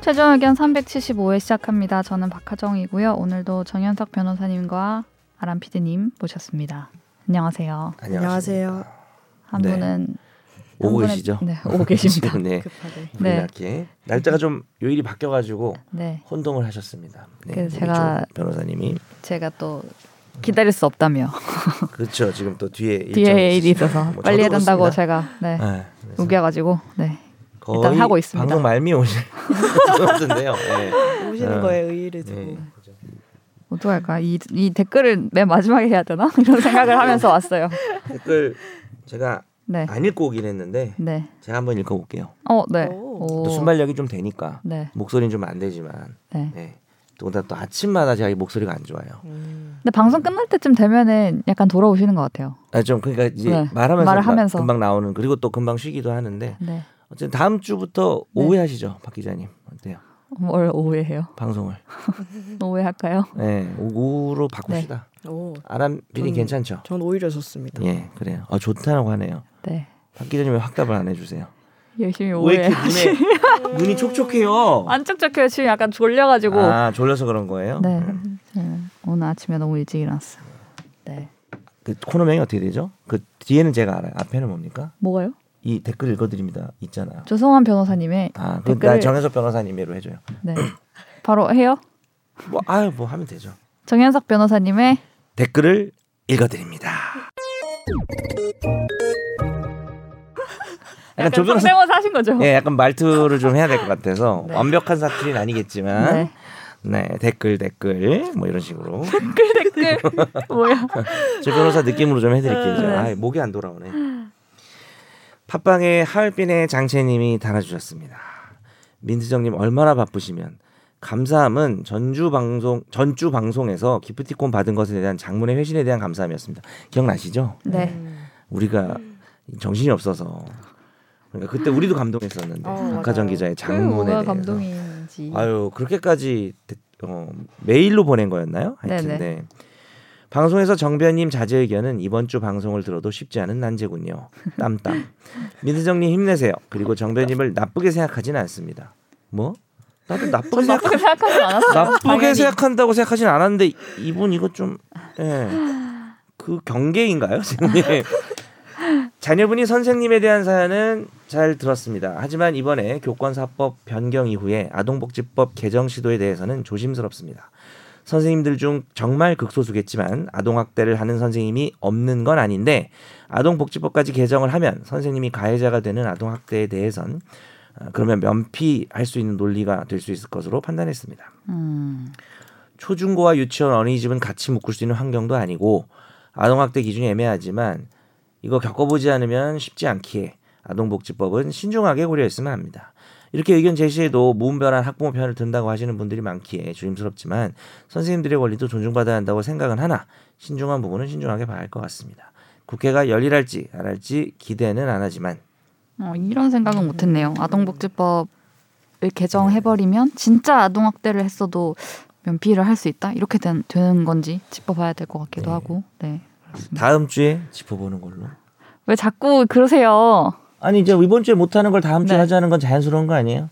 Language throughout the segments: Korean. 최종 의견 375회 시작합니다. 저는 박하정이고요. 오늘도 정현석 변호사님과 아람 PD님 모셨습니다. 안녕하세요. 안녕하십니까. 안녕하세요. 한 네. 분은 오고 한 분은- 계시죠? 네, 오고 계십니다. 지금, 네. 급하게. 네. 네. 게 날짜가 좀 요일이 바뀌어가지고 네, 혼동을 하셨습니다. 네. 그래서 우리 제가- 조 변호사님이 제가 또 기다릴 수 없다며 그렇죠. 지금 또 뒤에 뒤에 일이 일정이 있어서 뭐 빨리 저도 해달라고 그렇습니다. 제가 네, 네. 그래서 우겨가지고 네, 거의 일단 하고 있습니다. 방금 말미 오실 것 같은데요. 네. 오시는 어. 거에 의의를 두고 네. 어떡할까 이, 이 댓글을 맨 마지막에 해야 되나 이런 생각을 하면서 왔어요. 댓글 제가 네, 안 읽고 오긴 했는데 네, 제가 한번 읽어볼게요. 어, 네, 오. 또 순발력이 좀 되니까 네, 목소리는 좀 안 되지만 네. 네. 또다 또 아침마다 자기 목소리가 안 좋아요. 음. 근데 방송 끝날 때쯤 되면은 약간 돌아오시는 것 같아요. 아 좀 그러니까 이제 네. 말하면서, 말을 금방- 하면서. 금방 나오는 그리고 또 금방 쉬기도 하는데 네, 어쨌든 다음 주부터 네. 오해하시죠, 박 기자님. 어때요? 뭘 오해해요? 방송을. 오해할까요? 네, 오구로 바꿉시다. 네. 오. 아람 PD 음. 괜찮죠? 전 오히려 좋습니다. 예, 그래요. 아 좋다라고 하네요. 네, 박 기자님 왜 확답을 안 해주세요? 열심히 왜 이렇게 오해하시. 눈에 눈이 촉촉해요? 안 쩍쩍해요. 지금 약간 졸려가지고. 아 졸려서 그런 거예요? 네. 저는 오늘 아침에 너무 일찍 일어났어요. 네. 그 코너명이 어떻게 되죠? 그 뒤에는 제가 알아요. 앞에는 뭡니까? 뭐가요? 이 댓글 읽어드립니다. 있잖아요. 조성환 변호사님의 아, 그나 댓글을- 정현석 변호사님으로 해줘요. 네. 바로 해요. 뭐 아유 뭐 하면 되죠. 정현석 변호사님의 댓글을 읽어드립니다. 약간 조 변호사 성대모사 하신 거죠? 예, 약간 말투를 좀 해야 될 것 같아서 네. 완벽한 사투리는 아니겠지만 네. 네. 댓글 댓글 뭐 이런 식으로 뭐야? 음, 제 변호사 느낌으로 좀 해드릴게요. 네. 아 목이 안 돌아오네. 팟빵에 하얼빈의 장채님이 달아주셨습니다. 민수정님 얼마나 바쁘시면 감사함은 전주 방송 전주 방송에서 기프티콘 받은 것에 대한 장문의 회신에 대한 감사함이었습니다. 기억나시죠? 네. 음. 우리가 정신이 없어서 그러니까 그때 우리도 감동했었는데 어, 박하정 맞아요. 기자의 그 장문에 뭐가 대해서 감동인지. 아유 그렇게까지 대- 어, 메일로 보낸 거였나요? 하여튼 네네. 네. 방송에서 정변님 자제 의견은 이번 주 방송을 들어도 쉽지 않은 난제군요. 땀땀. 민수정님 힘내세요. 그리고 정변님을 나쁘게 생각하진 않습니다. 뭐? 나도 나쁘게 생각 나쁘게 생각하진 않았어요. 나쁘게 당연히. 생각한다고 생각하진 않았는데 이분 이거 좀 예. 그 경계인가요, 선생님? 자녀분이 선생님에 대한 사연은 잘 들었습니다. 하지만 이번에 교권사법 변경 이후에 아동복지법 개정 시도에 대해서는 조심스럽습니다. 선생님들 중 정말 극소수겠지만 아동학대를 하는 선생님이 없는 건 아닌데 아동복지법까지 개정을 하면 선생님이 가해자가 되는 아동학대에 대해선 아, 그러면 면피할 수 있는 논리가 될 수 있을 것으로 판단했습니다. 음. 초중고와 유치원 어린이집은 같이 묶을 수 있는 환경도 아니고 아동학대 기준이 애매하지만 이거 겪어보지 않으면 쉽지 않기에 아동복지법은 신중하게 고려했으면 합니다. 이렇게 의견 제시해도 무분별한 학부모 편을 든다고 하시는 분들이 많기에 조심스럽지만 선생님들의 권리도 존중받아야 한다고 생각은 하나 신중한 부분은 신중하게 봐야 할 것 같습니다. 국회가 열일할지 안 할지 기대는 안 하지만 어, 이런 생각은 못했네요. 아동복지법을 개정해버리면 진짜 아동학대를 했어도 면피를 할 수 있다 이렇게 된, 되는 건지 짚어봐야 될 것 같기도 네. 하고. 네. 그렇습니다. 다음 주에 짚어보는 걸로. 왜 자꾸 그러세요? 아니 이제 이번 주에 못하는 걸 다음 주에 네. 하자는 건 자연스러운 거 아니에요?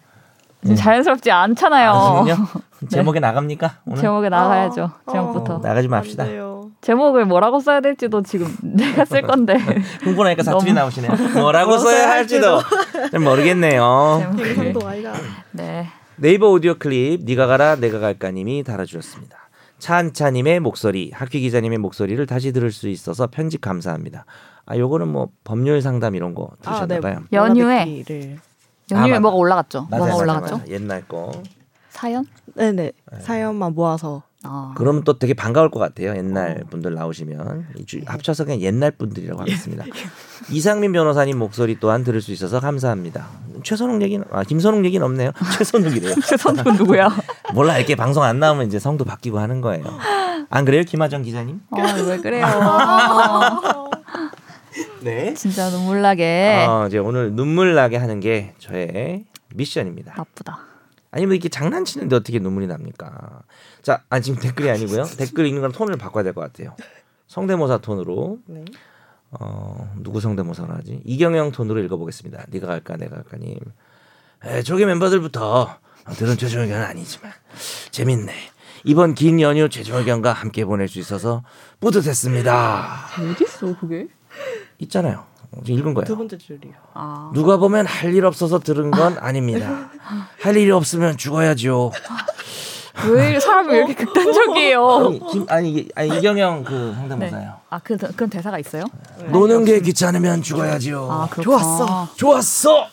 지금 네. 자연스럽지 않잖아요. 아, 지금요? 제목에 나갑니까? 오늘 제목에 나가야죠. 어, 제목부터. 네. 어, 나가지 맙시다. 안 돼요. 제목을 뭐라고 써야 될지도 지금 내가 쓸 건데. 흥분하니까 사투리 너무- 나오시네요. 뭐라고 써야 할지도 잘 모르겠네요. 제목을. 경상도 아이가 네. 네이버 오디오 클립 니가 가라 내가 갈까님이 달아주셨습니다. 차한차님의 목소리, 학휘 기자님의 목소리를 다시 들을 수 있어서 편집 감사합니다. 아 요거는 뭐 법률 상담 이런 거 아, 네. 들으셨나봐요. 연휴에. 연화듣기를. 연휴에 아, 맞다. 뭐가 올라갔죠? 뭐가 올라갔죠? 옛날 거. 사연? 네네 사연만 모아서 아. 그러면 또 되게 반가울 것 같아요. 어. 옛날 분들 나오시면 이 예. 주- 합쳐서 그냥 옛날 분들이라고 하겠습니다. 이상민 변호사님 목소리 또한 들을 수 있어서 감사합니다. 최선욱 얘기는 아 김선욱 얘기는 없네요. 최선욱이래요. 그 최선욱은 누구야? 몰라 이렇게 방송 안 나오면 이제 성도 바뀌고 하는 거예요. 안 그래요, 김하정 기자님? 어, 왜 그래요? 네. 진짜 눈물나게 어, 이제 오늘 눈물 나게 하는 게 저의 미션입니다. 나쁘다. 아니 뭐 이렇게 장난치는데 어떻게 눈물이 납니까? 자, 아 지금 댓글이 아니고요. 댓글 읽는 건 톤을 바꿔야 될 것 같아요. 성대모사 톤으로 네. 어 누구 성대모사를 하지? 이경영 톤으로 읽어보겠습니다. 네가 갈까 내가 갈까님. 에, 조기 멤버들부터 아무튼 최종 의견은 아니지만 재밌네. 이번 긴 연휴 최종 의견과 함께 보낼 수 있어서 뿌듯했습니다. 어디 있어 그게? 있잖아요. 어, 지금 읽은 두 거예요. 번째 줄이요. 아 누가 보면 할 일 없어서 들은 건 아닙니다. 할 일이 없으면 죽어야죠. 왜 사람이 왜 이렇게 극단적이에요? 네. 아니, 김, 아니, 이게- 아니 이경영 그 상대모사요. 아그 그런 대사가 있어요? 노는 게 귀찮으면 죽어야지요. 네. 아 그렇구나. 좋았어. 좋았어.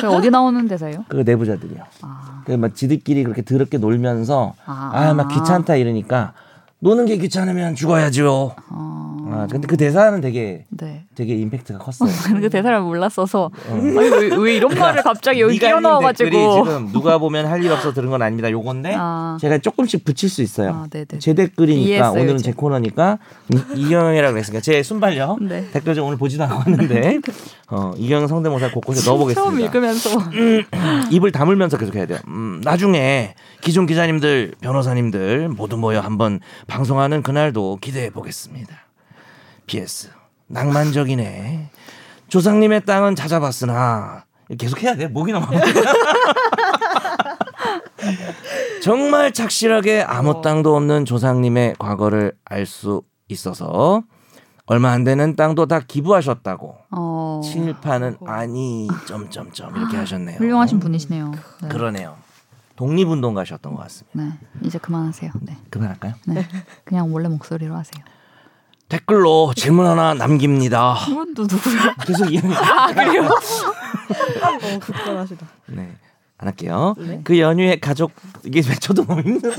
그 어디 나오는 대사예요? 그 내부자들이요. 아, 그막 지들끼리 그렇게 더럽게 놀면서 아. 아 막 귀찮다 이러니까 노는 게 귀찮으면 죽어야죠. 어, 아 근데 그 대사는 되게 네. 되게 임팩트가 컸어요. 저는 그 대사를 몰랐어서 아니, 왜, 왜 이런 말을 갑자기 여기 네가 읽은 댓글이 끼어넣어가지고 지금 누가 보면 할 일 없어 들은 건 아닙니다. 요건데 아. 제가 조금씩 붙일 수 있어요. 아, 네네. 제 댓글이니까 이해했어요, 오늘은 이제. 제 코너니까 이- 이경영이라고 했으니까 제 순발력 네. 댓글 좀 오늘 보지도 않고 왔는데 어, 이경영 성대모사 곳곳에 넣어보겠습니다. 처음 읽으면서 입을 다물면서 계속 해야 돼요. 음, 나중에 기존 기자님들, 변호사님들 모두 모여 한번 방송하는 그날도 기대해 보겠습니다. PS 낭만적이네. 조상님의 땅은 찾아봤으나 계속 해야 돼. 목이 너무 아파. 정말 착실하게 어. 아무 땅도 없는 조상님의 과거를 알 수 있어서 얼마 안 되는 땅도 다 기부하셨다고. 어, 칠판은 아니 점점점 이렇게 하셨네요. 훌륭하신 분이시네요. 네. 그러네요. 독립운동가셨던 것 같습니다. 네, 이제 그만하세요. 네, 그만할까요? 네. 그냥 원래 목소리로 하세요. 댓글로 질문 하나 남깁니다. 이분도 누구야? 계속 이해는 아. 어 극단하시다. 네. 안 할게요. 그 연휴에 가족 이게 왜 저도 너무 힘들어.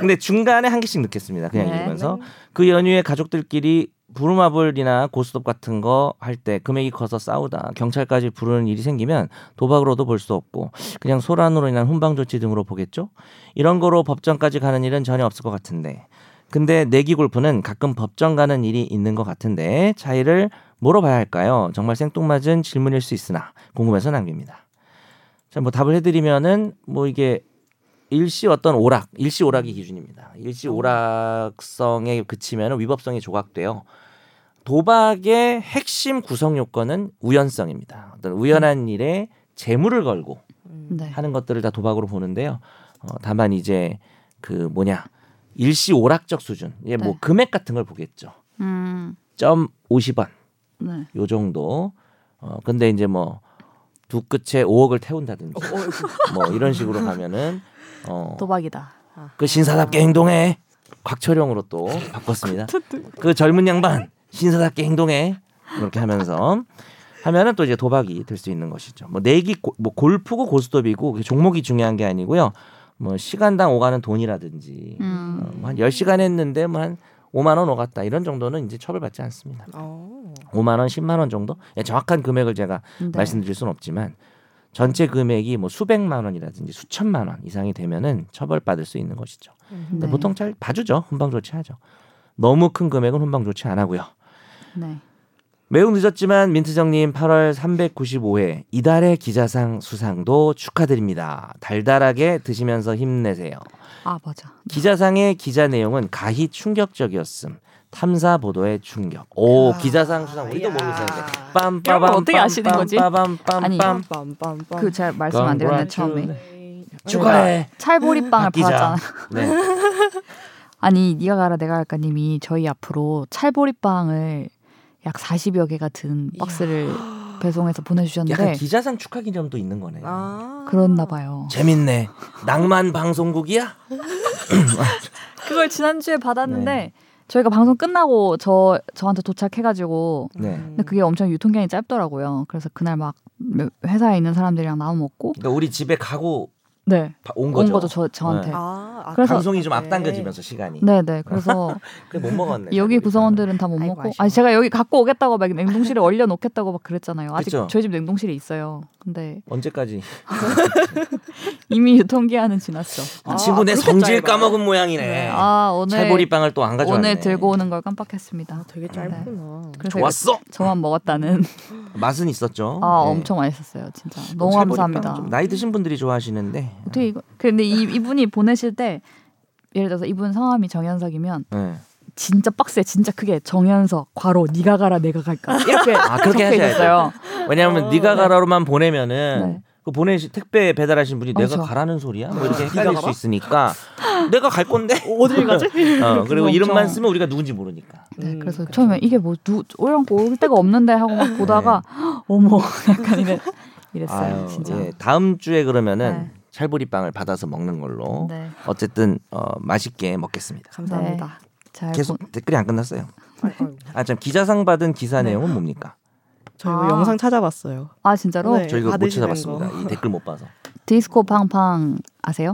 근데 중간에 한 개씩 넣겠습니다. 그냥 네. 읽으면서 그 연휴에 가족들끼리 부루마블이나 고스톱 같은 거 할 때 금액이 커서 싸우다 경찰까지 부르는 일이 생기면 도박으로도 볼 수 없고 그냥 소란으로 인한 훈방 조치 등으로 보겠죠. 이런 거로 법정까지 가는 일은 전혀 없을 것 같은데. 근데 내기 골프는 가끔 법정 가는 일이 있는 것 같은데 차이를 뭐로 봐야 할까요? 정말 생뚱맞은 질문일 수 있으나 궁금해서 남깁니다. 자, 뭐 답을 해드리면은 뭐 이게 일시 어떤 오락, 일시 오락이 기준입니다. 일시 오락성에 그치면 위법성이 조각돼요. 도박의 핵심 구성 요건은 우연성입니다. 어떤 우연한 일에 재물을 걸고 네. 하는 것들을 다 도박으로 보는데요. 어, 다만 이제 그 뭐냐 일시 오락적 수준, 이게 뭐 네. 금액 같은 걸 보겠죠. 음, 점 50원 네. 요 정도. 어, 근데 이제 뭐 두 끝에 5억을 태운다든지 뭐 이런 식으로 가면은 어, 도박이다. 그 신사답게 행동해 곽철용으로 또 바꿨습니다. 그 젊은 양반 신사답게 행동해 이렇게 하면서 하면은 또 이제 도박이 될 수 있는 것이죠. 뭐 내기 고- 뭐 골프고 고스톱이고 그 종목이 중요한 게 아니고요. 뭐 시간당 오가는 돈이라든지 음, 어, 뭐한 10시간 했는데 뭐 한 5만 원 오갔다 이런 정도는 이제 처벌받지 않습니다. 어. 5만 원, 10만 원 정도? 예, 정확한 금액을 제가 네. 말씀드릴 수는 없지만 전체 금액이 뭐 수백만 원이라든지 수천만 원 이상이 되면은 처벌받을 수 있는 것이죠. 근데 네. 보통 잘 봐주죠. 훈방 조치하죠. 너무 큰 금액은 훈방 조치 안 하고요. 네. 매우 늦었지만 민트정님 8월 395회 이달의 기자상 수상도 축하드립니다. 달달하게 드시면서 힘내세요. 아 맞아. 기자상의 기자 내용은 가히 충격적이었음. 탐사 보도의 충격. 오 아, 기자상 수상 우리도 야. 모르고 사는데. 이런 걸 빰빠밤 어떻게 아시는 거지? 아니, 빰빰빰빰. 빰빰빰. 그 잘 말씀 안 드렸네 Congratulations. 처음에. 축하해. 찰보리빵을 기자. 팔았잖아. 네. 아니 네가 가라 내가 갈까님이 저희 앞으로 찰보리빵을 약 40여 개가 든 박스를 배송해서 약간 보내주셨는데 기자상 축하 기념도 있는 거네. 아. 그랬나 봐요. 재밌네. 낭만 방송국이야? 그걸 지난주에 받았는데 네. 저희가 방송 끝나고 저 저한테 도착해가지고 네. 음. 근데 그게 엄청 유통기한이 짧더라고요. 그래서 그날 막 회사에 있는 사람들이랑 나눠 먹고 그러니까 우리 집에 가고 네. 바- 온 거죠. 온 거죠 저 저한테. 네. 아, 아, 그래서- 방송이 좀 네. 앞당겨지면서 시간이. 네네. 그래서 그래 못 먹었네. 여기 우리 구성원들은 다 못 아이고, 먹고 아쉬워. 아니 제가 여기 갖고 오겠다고 막 냉동실에 얼려 놓겠다고 막 그랬잖아요. 아직 그쵸? 저희 집 냉동실에 있어요. 근데 언제까지? 이미 유통기한은 지났어. 아, 친구 내 그렇게 성질 짧아요? 까먹은 모양이네. 아 오늘 찰보리빵을 또 안 가져왔네. 오늘 들고 오는 걸 깜빡했습니다. 아, 되게 짧구나. 네. 그래서 좋았어. 저만 먹었다는 맛은 있었죠. 아 네. 엄청 맛있었어요 진짜 너무 찰보리빵은 감사합니다. 좀 나이 드신 분들이 좋아하시는데. 어떻게 이거 근데 이 이분이 보내실 때 예를 들어서 이분 성함이 정현석이면 네. 진짜 박스에 진짜 크게 정현석 괄호 네가 가라 내가 갈까 이렇게 아, 그렇게 적혀 하셔야 있었어요. 왜냐하면 어, 네가 네. 가라로만 보내면은 그 보내신 택배 배달하신 분이 내가 맞아. 가라는 소리야? 뭐 이렇게 네가 헷갈릴 수 가라? 있으니까 내가 갈 건데. 어딜 가지? 어, 그리고 그거 이름만 엄청- 쓰면 우리가 누군지 모르니까. 네, 그래서 그렇죠. 그쵸. 처음에 이게 뭐 누, 오랑 올 데가 없는데 하고 네. 막 보다가 어머 약간 이랬, 이랬어요 아유, 진짜. 예. 다음 주에 그러면은 네. 찰보리빵을 받아서 먹는 걸로 네. 어쨌든 어, 맛있게 먹겠습니다. 감사합니다. 잘 계속 본- 댓글이 안 끝났어요. 감사합니다. 아 참 기사상 받은 기사 네. 내용은 뭡니까? 저희 아. 거 영상 찾아봤어요. 아 진짜로 네, 저희가 못 받으시는 찾아봤습니다. 거. 이 댓글 못 봐서. 디스코 팡팡 아세요?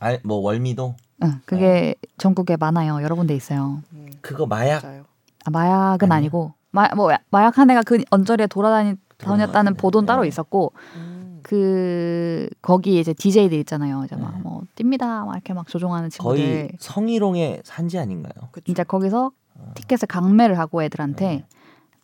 아 뭐 월미도 응, 그게 네. 전국에 많아요. 여러 군데 있어요. 음, 그거 마약 맞아요. 아, 마약은 아니요? 아니고 마, 뭐 야- 마약 한 애가 그 언저리에 돌아다니 다녔다는 같은데. 보도는 따로 네. 있었고 음. 그 거기 이제 DJ들 있잖아요. 이제 네. 막뭐 뛵니다 막 이렇게 막 조종하는 친구들 거의 성희롱의 산지 아닌가요? 그쵸. 이제 거기서 티켓을 강매를 하고 애들한테 아. 네.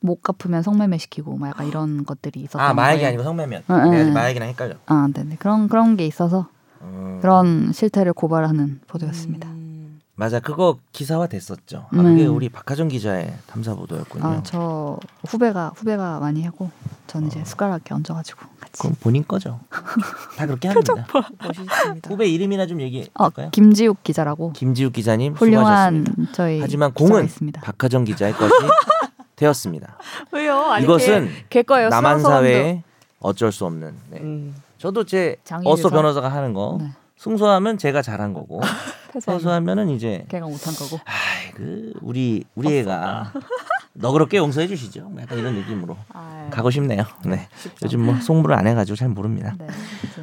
못 갚으면 성매매 시키고 막 약간 이런 것들이 있었던 아 마약이 거예요. 아니고 성매면. 응, 응, 내가 응. 마약이랑 헷갈려. 아, 네네. 그런 그런 게 있어서 음. 그런 실태를 고발하는 보도였습니다. 음. 맞아 그거 기사화 됐었죠. 아, 그게 음. 우리 박하정 기자의 탐사 보도였군요. 아, 저 후배가 후배가 많이 하고 저는 이제 숟가락에 얹어 가지고 같이. 아. 그건 본인 거죠. 다 그렇게 합니다. 멋있습니다. 후배 이름이나 좀 얘기해 어, 볼까요? 김지욱 기자라고 김지욱 기자님 훌륭한 네, 수고하셨습니다. 저희 하지만 기자가 공은 있습니다. 박하정 기자의 것이 되었습니다. 왜요? 이것은 걔 거예요. 남한 사회의 어쩔 수 없는. 네. 음. 저도 제 장애인에서? 어서 변호사가 하는 거 네. 승소하면 제가 잘한 거고 퇴소하면은 이제 걔가 못한 거고. 아이 그 우리 우리 애가 너그럽게 용서해 주시죠. 뭐 약간 이런 느낌으로 아, 가고 싶네요. 네. 요즘 뭐 송부를 안 해가지고 잘 모릅니다. 네.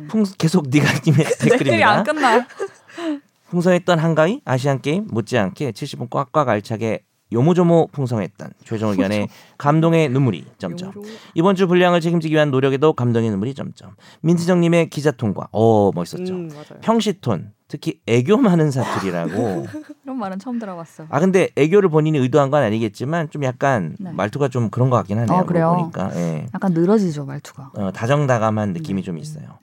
풍 계속 니가님의 댓글입니다. 끝나. 풍성했던 한가위 아시안 게임 못지않게 70분 꽉꽉 알차게 요모조모 풍성했던 최종 의견의 감동의 눈물이 점점 영조. 이번 주 분량을 책임지기 위한 노력에도 감동의 눈물이 점점 민지정님의 기자 통과 어 멋있었죠 음, 맞아요. 평시톤 특히 애교 많은 사투리라고 이런 말은 처음 들어봤어. 아 근데 애교를 본인이 의도한 건 아니겠지만 좀 약간 네. 말투가 좀 그런 것 같긴 하네요 아, 그래요? 보니까 예. 약간 늘어지죠 말투가. 어, 다정다감한 느낌이 좀 있어요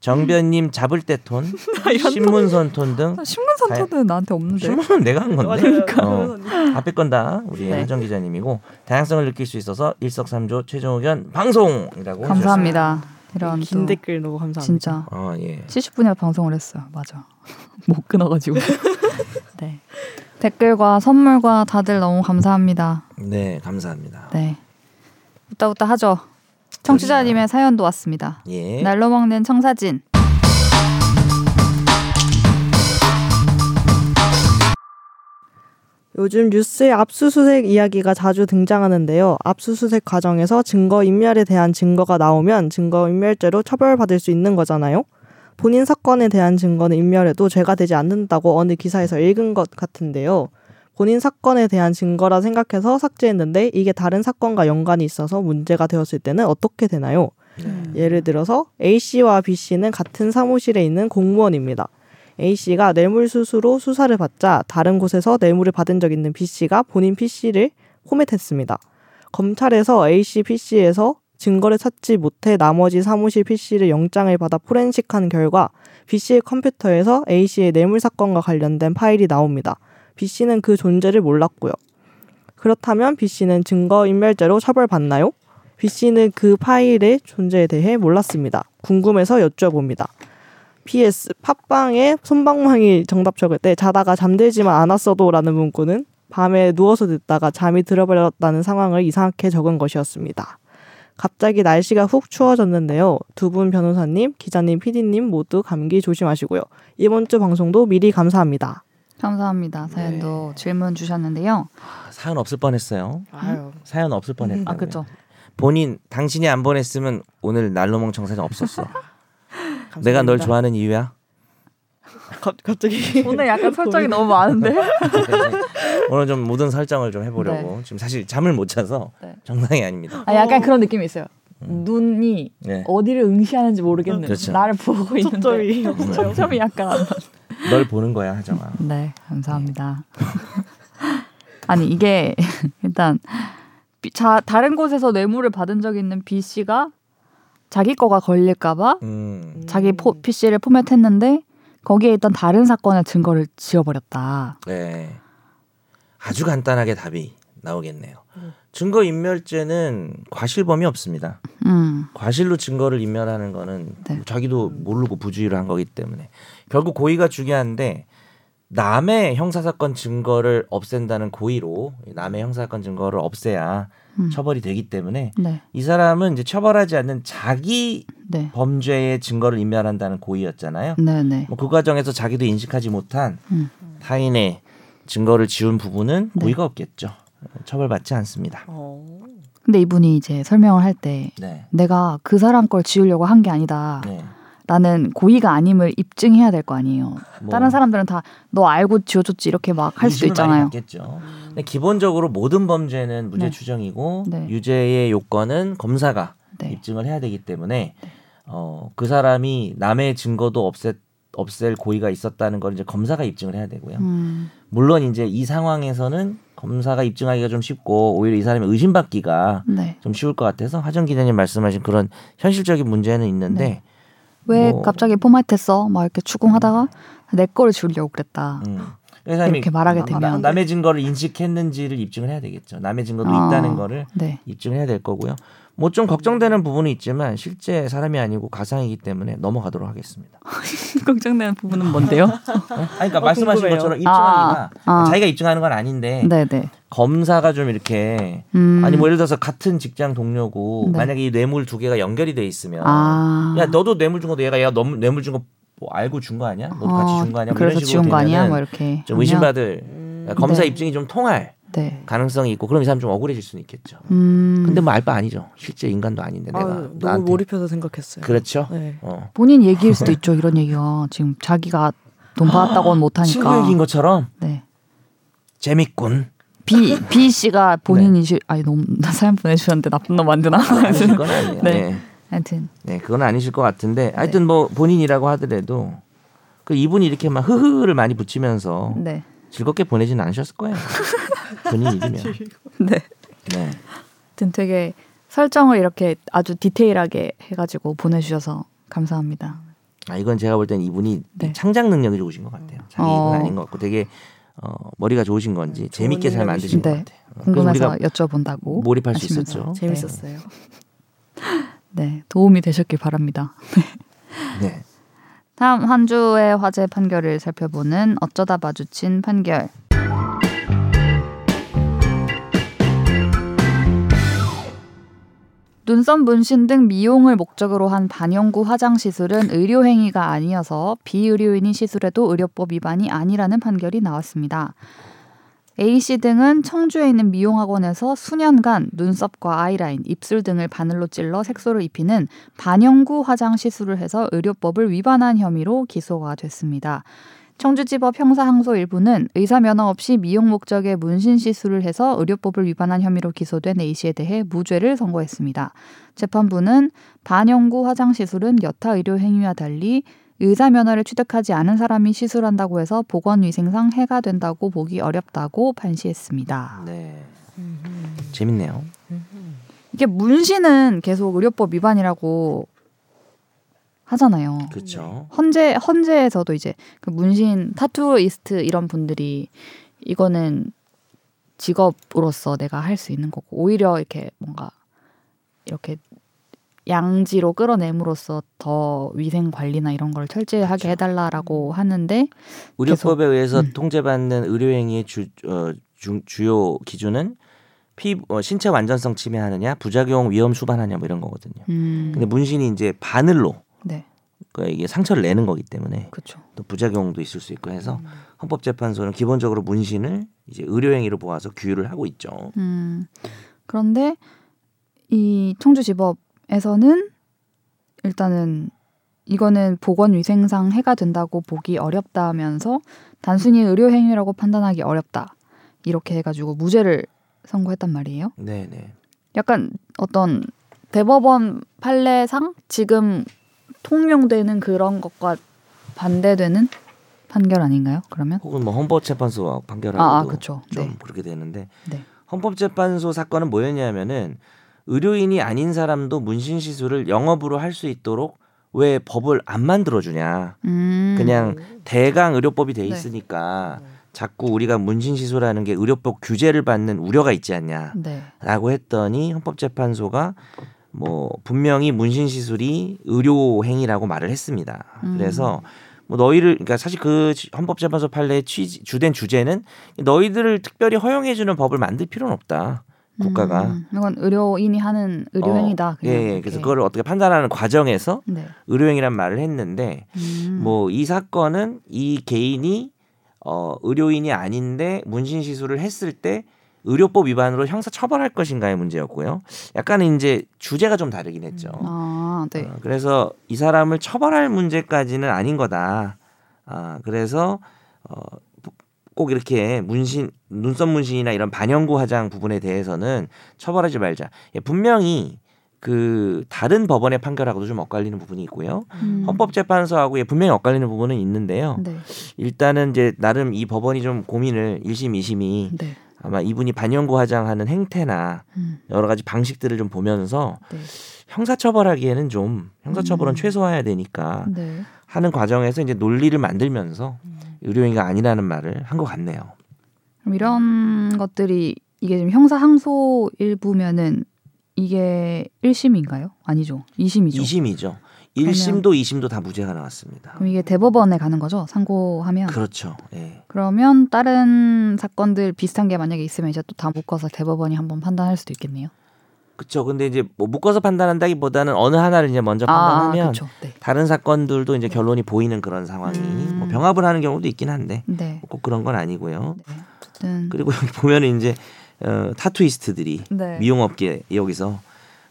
정변님 잡을 때 톤 신문선 톤 등 아, 신문선 다행- 터는 나한테 없는데. 네. 신문은 내가 한 건데 맞아요. 어, 앞에 건 다 우리 네. 하정 기자님이고 다양성을 느낄 수 있어서 일석삼조 최종 의견 방송이라고 네. 감사합니다. 네. 어. 이런 긴 또 댓글 너무 감사합니다. 진짜 해주셨어요. 어, 예. 70분이나 방송을 했어요. 맞아. 못 끊어가지고. 네. 댓글과 선물과 다들 너무 감사합니다. 네 감사합니다. 네. 웃다웃다 하죠. 청취자님의 사연도 왔습니다. 예. 날로 먹는 청사진. 요즘 뉴스에 압수수색 이야기가 자주 등장하는데요. 압수수색 과정에서 증거인멸에 대한 증거가 나오면 증거인멸죄로 처벌받을 수 있는 거잖아요. 본인 사건에 대한 증거는 인멸해도 죄가 되지 않는다고 어느 기사에서 읽은 것 같은데요. 본인 사건에 대한 증거라 생각해서 삭제했는데 이게 다른 사건과 연관이 있어서 문제가 되었을 때는 어떻게 되나요? 예를 들어서 A씨와 B씨는 같은 사무실에 있는 공무원입니다. A씨가 뇌물수수로 수사를 받자 다른 곳에서 뇌물을 받은 적 있는 B씨가 본인 PC를 포맷했습니다. 검찰에서 A씨 PC에서 증거를 찾지 못해 나머지 사무실 PC를 영장을 받아 포렌식한 결과 B씨의 컴퓨터에서 A씨의 뇌물 사건과 관련된 파일이 나옵니다. B씨는 그 존재를 몰랐고요. 그렇다면 B씨는 증거인멸죄로 처벌받나요? B 씨는 그 파일의 존재에 대해 몰랐습니다. 궁금해서 여쭤봅니다. PS 팟빵에 손방망이 정답 적을 때 자다가 잠들지만 않았어도라는 문구는 밤에 누워서 듣다가 잠이 들어버렸다는 상황을 이상하게 적은 것이었습니다. 갑자기 날씨가 훅 추워졌는데요. 두 분 변호사님, 기자님, PD님 모두 감기 조심하시고요. 이번 주 방송도 미리 감사합니다. 감사합니다. 사연도 질문 주셨는데요. 사연 없을 뻔했어요. 아유, 사연 없을 뻔했다. 아 그렇죠. 본인 당신이 안 보냈으면 오늘 날로멍 청사장 없었어. 내가 널 좋아하는 이유야. 갑자기 오늘 약간 설정이 너무 많은데. 오늘 좀 모든 설정을 좀 해보려고 지금 사실 잠을 못 자서 네. 정상이 아닙니다. 아 약간 그런 느낌이 있어요. 눈이 네. 어디를 응시하는지 모르겠는. 그렇죠. 나를 보고 있는데. 초점이 초점이 약간. 안 맞- 널 보는 거야 하정아. 네, 감사합니다. 아니 이게 일단 비- 자, 다른 곳에서 뇌물을 받은 적 있는 B 씨가 자기 거가 걸릴까봐 음. 자기 포, PC를 포맷했는데 거기에 있던 다른 사건의 증거를 지워버렸다. 네. 아주 간단하게 예. 답이 나오겠네요. 증거 인멸죄는 과실범이 없습니다. 음. 과실로 증거를 인멸하는 거는 네. 자기도 모르고 부주의를 한 거기 때문에 결국 고의가 중요한데 남의 형사사건 증거를 없앤다는 고의로 남의 형사사건 증거를 없애야 음. 처벌이 되기 때문에 네. 이 사람은 이제 처벌하지 않는 자기 네. 범죄의 증거를 인멸한다는 고의였잖아요. 네, 네. 뭐그 과정에서 자기도 인식하지 못한 음. 타인의 증거를 지운 부분은 네. 고의가 없겠죠. 처벌받지 않습니다. 어. 근데 이분이 이제 설명을 할 때 네. 내가 그 사람 걸 지으려고 한 게 아니다. 네. 라는 고의가 아님을 입증해야 될 거 아니에요. 뭐 다른 사람들은 다 너 알고 지어줬지 이렇게 막 할 수도 의심을 많이 있잖아요. 받겠죠. 근데 기본적으로 모든 범죄는 무죄 네. 추정이고 네. 유죄의 요건은 검사가 네. 입증을 해야 되기 때문에 어, 그 사람이 남의 증거도 없애, 없앨 고의가 있었다는 걸 이제 검사가 입증을 해야 되고요. 음, 물론 이제 이 상황에서는 검사가 입증하기가 좀 쉽고 오히려 이 사람이 의심받기가 네. 좀 쉬울 것 같아서 하정 기자님 말씀하신 그런 현실적인 문제는 있는데 네. 왜 뭐- 갑자기 포맷했어? 막 이렇게 추궁하다가 내 거를 지으려고 그랬다. 음. 그 사람이 이렇게 말하게 나- 되면. 남의 증거를 인식했는지를 입증을 해야 되겠죠. 남의 증거도 아. 있다는 거를 네. 입증해야 될 거고요. 뭐 좀 걱정되는 부분이 있지만 실제 사람이 아니고 가상이기 때문에 넘어가도록 하겠습니다. 걱정되는 부분은 뭔데요? 아니, 그러니까 말씀하신 궁금해요. 것처럼 입증하기가 어, 아. 자기가 입증하는 건 아닌데 네, 네. 검사가 좀 이렇게 음. 아니 뭐 예를 들어서 같은 직장 동료고 네. 만약에 이 뇌물 두 개가 연결이 돼 있으면 아. 야 너도 뇌물 준 거도 얘가 야 너, 뇌물 준 거 뭐 알고 준 거 아니야? 너도 같이 준 거 아니야? 어, 뭐 그래서 이런 식으로 지운 거 아니야? 되면은 뭐 이렇게. 좀 하면- 의심받을 그러니까 음. 검사 네. 입증이 좀 통할 네. 가능성이 있고 그럼 이 사람 좀 억울해질 수는 있겠죠. 음. 근데 뭐 알 바 아니죠. 실제 인간도 아닌데 내가 아유, 너무 나한테 몰입해서 생각했어요. 그렇죠. 네. 어. 본인 얘기일 수도 있죠. 이런 얘기가 지금 자기가 돈 받았다고는 아, 못 하니까. 친구 얘기인 것처럼 네. 재밌군. B B 씨가 본인이 실 아니 너무 나 사연 보내주셨는데 나쁜 놈 만드나? 네. 아니실 건 아니에요. 네. 네. 네. 하여튼 그건 아니실 것 같은데 하여튼 뭐 본인이라고 하더라도 그 이분이 이렇게 막 흐흐를 많이 붙이면서 네. 즐겁게 보내진 않으셨을 거예요. 본인 일이면. 네. 네. 하여튼 되게 설정을 이렇게 아주 디테일하게 해가지고 보내주셔서 감사합니다. 아 이건 제가 볼 땐 이분이 네. 창작 능력이 좋으신 것 같아요. 자기 어. 일은 아닌 것 같고 되게 어, 머리가 좋으신 건지 재밌게 잘 만드신 것 네. 같아요. 어, 그래서 궁금해서 우리가 여쭤본다고 몰입할 수 하시면서. 있었죠. 재밌었어요. 네, 도움이 되셨길 바랍니다. 네. 다음 한 주의 화제 판결을 살펴보는 어쩌다 마주친 판결. 눈썹 문신 등 미용을 목적으로 한 반영구 화장 시술은 의료 행위가 아니어서 비의료인이 시술해도 의료법 위반이 아니라는 판결이 나왔습니다. A 씨 등은 청주에 있는 미용학원에서 수년간 눈썹과 아이라인, 입술 등을 바늘로 찔러 색소를 입히는 반영구 화장 시술을 해서 의료법을 위반한 혐의로 기소가 됐습니다. 청주지법 형사항소 1부는 의사 면허 없이 미용 목적의 문신 시술을 해서 의료법을 위반한 혐의로 기소된 A 씨에 대해 무죄를 선고했습니다. 재판부는 반영구 화장 시술은 여타 의료 행위와 달리 의사 면허를 취득하지 않은 사람이 시술한다고 해서 보건위생상 해가 된다고 보기 어렵다고 판시했습니다. 네. 음. 재밌네요. 이게 문신은 계속 의료법 위반이라고 하잖아요. 그렇죠. 헌재 헌재에서도 이제 그 문신 타투이스트 이런 분들이 이거는 직업으로서 내가 할 수 있는 거고 오히려 이렇게 뭔가 이렇게 양지로 끌어냄으로써 더 위생 관리나 이런 걸 철저하게 그렇죠. 해달라라고 하는데 의료법에 의해서 네. 음. 통제받는 의료행위의 주, 어, 주, 주요 기준은 피, 어, 신체 완전성 침해하느냐, 부작용 위험 수반하냐 뭐 이런 거거든요. 음, 근데 문신이 이제 바늘로 네 그러니까 이게 상처를 내는 거기 때문에 그렇죠 또 부작용도 있을 수 있고 음. 해서 헌법재판소는 기본적으로 문신을 이제 의료행위로 보아서 규율을 하고 있죠. 음, 그런데 이 청주지법에서는 일단은 이거는 보건위생상 해가 된다고 보기 어렵다면서 단순히 의료행위라고 판단하기 어렵다 이렇게 해가지고 무죄를 선고했단 말이에요. 네네. 약간 어떤 대법원 판례상 지금 통용되는 그런 것과 반대되는 판결 아닌가요? 그러면 혹은 뭐 헌법재판소 판결하고도 뭐 아, 아 그렇죠. 좀 네, 그렇게 되는데 네. 헌법재판소 사건은 뭐였냐면은 의료인이 아닌 사람도 문신 시술을 영업으로 할 수 있도록 왜 법을 안 만들어 주냐 음, 그냥 대강 의료법이 돼 네. 있으니까 자꾸 우리가 문신시소라는 게 의료법 규제를 받는 우려가 있지 않냐. 네. 라고 했더니 헌법재판소가 뭐 분명히 문신 시술이 의료 행위라고 말을 했습니다. 음. 그래서 뭐 너희를 그러니까 사실 그 헌법재판소 판례의 취지, 주된 주제는 너희들을 특별히 허용해 주는 법을 만들 필요는 없다. 국가가 음, 이건 의료인이 하는 의료행위다. 어, 예, 그냥 예. 이렇게. 그래서 그걸 어떻게 판단하는 과정에서 네. 의료행위란 말을 했는데 음. 뭐 이 사건은 이 개인이 어 의료인이 아닌데 문신 시술을 했을 때 의료법 위반으로 형사 처벌할 것인가의 문제였고요. 약간 이제 주제가 좀 다르긴 했죠. 아, 네. 어, 그래서 이 사람을 처벌할 문제까지는 아닌 거다. 아 그래서 어 꼭 이렇게 문신 눈썹 문신이나 이런 반영구 화장 부분에 대해서는 처벌하지 말자. 예, 분명히 그 다른 법원의 판결하고도 좀 엇갈리는 부분이 있고요. 음. 헌법재판소하고 예, 분명히 엇갈리는 부분은 있는데요. 네. 일단은 이제 나름 이 법원이 좀 고민을 1심, 2심이 네. 아마 이분이 반영구 화장하는 행태나 음. 여러 가지 방식들을 좀 보면서 네. 형사처벌하기에는 좀 형사처벌은 음. 최소화해야 되니까 네. 하는 과정에서 이제 논리를 만들면서 음. 의료행위가 아니라는 말을 한 것 같네요. 그럼 이런 것들이 이게 지금 형사 항소 일부면은 이게 1심인가요? 아니죠. 2심이죠. 2심이죠. 1심도 2심도 다 무죄가 나왔습니다. 그럼 이게 대법원에 가는 거죠. 상고하면. 그렇죠. 예. 그러면 다른 사건들 비슷한 게 만약에 있으면 이제 또 다 묶어서 대법원이 한번 판단할 수도 있겠네요. 그렇죠. 근데 이제 뭐 묶어서 판단한다기보다는 어느 하나를 이제 먼저 판단하면 그렇죠. 네. 다른 사건들도 이제 결론이 보이는 그런 상황이 음. 뭐 병합을 하는 경우도 있긴 한데 네. 꼭 그런 건 아니고요. 네. 어쨌든 그리고 여기 보면은 이제 어, 타투이스트들이 네. 미용업계 여기서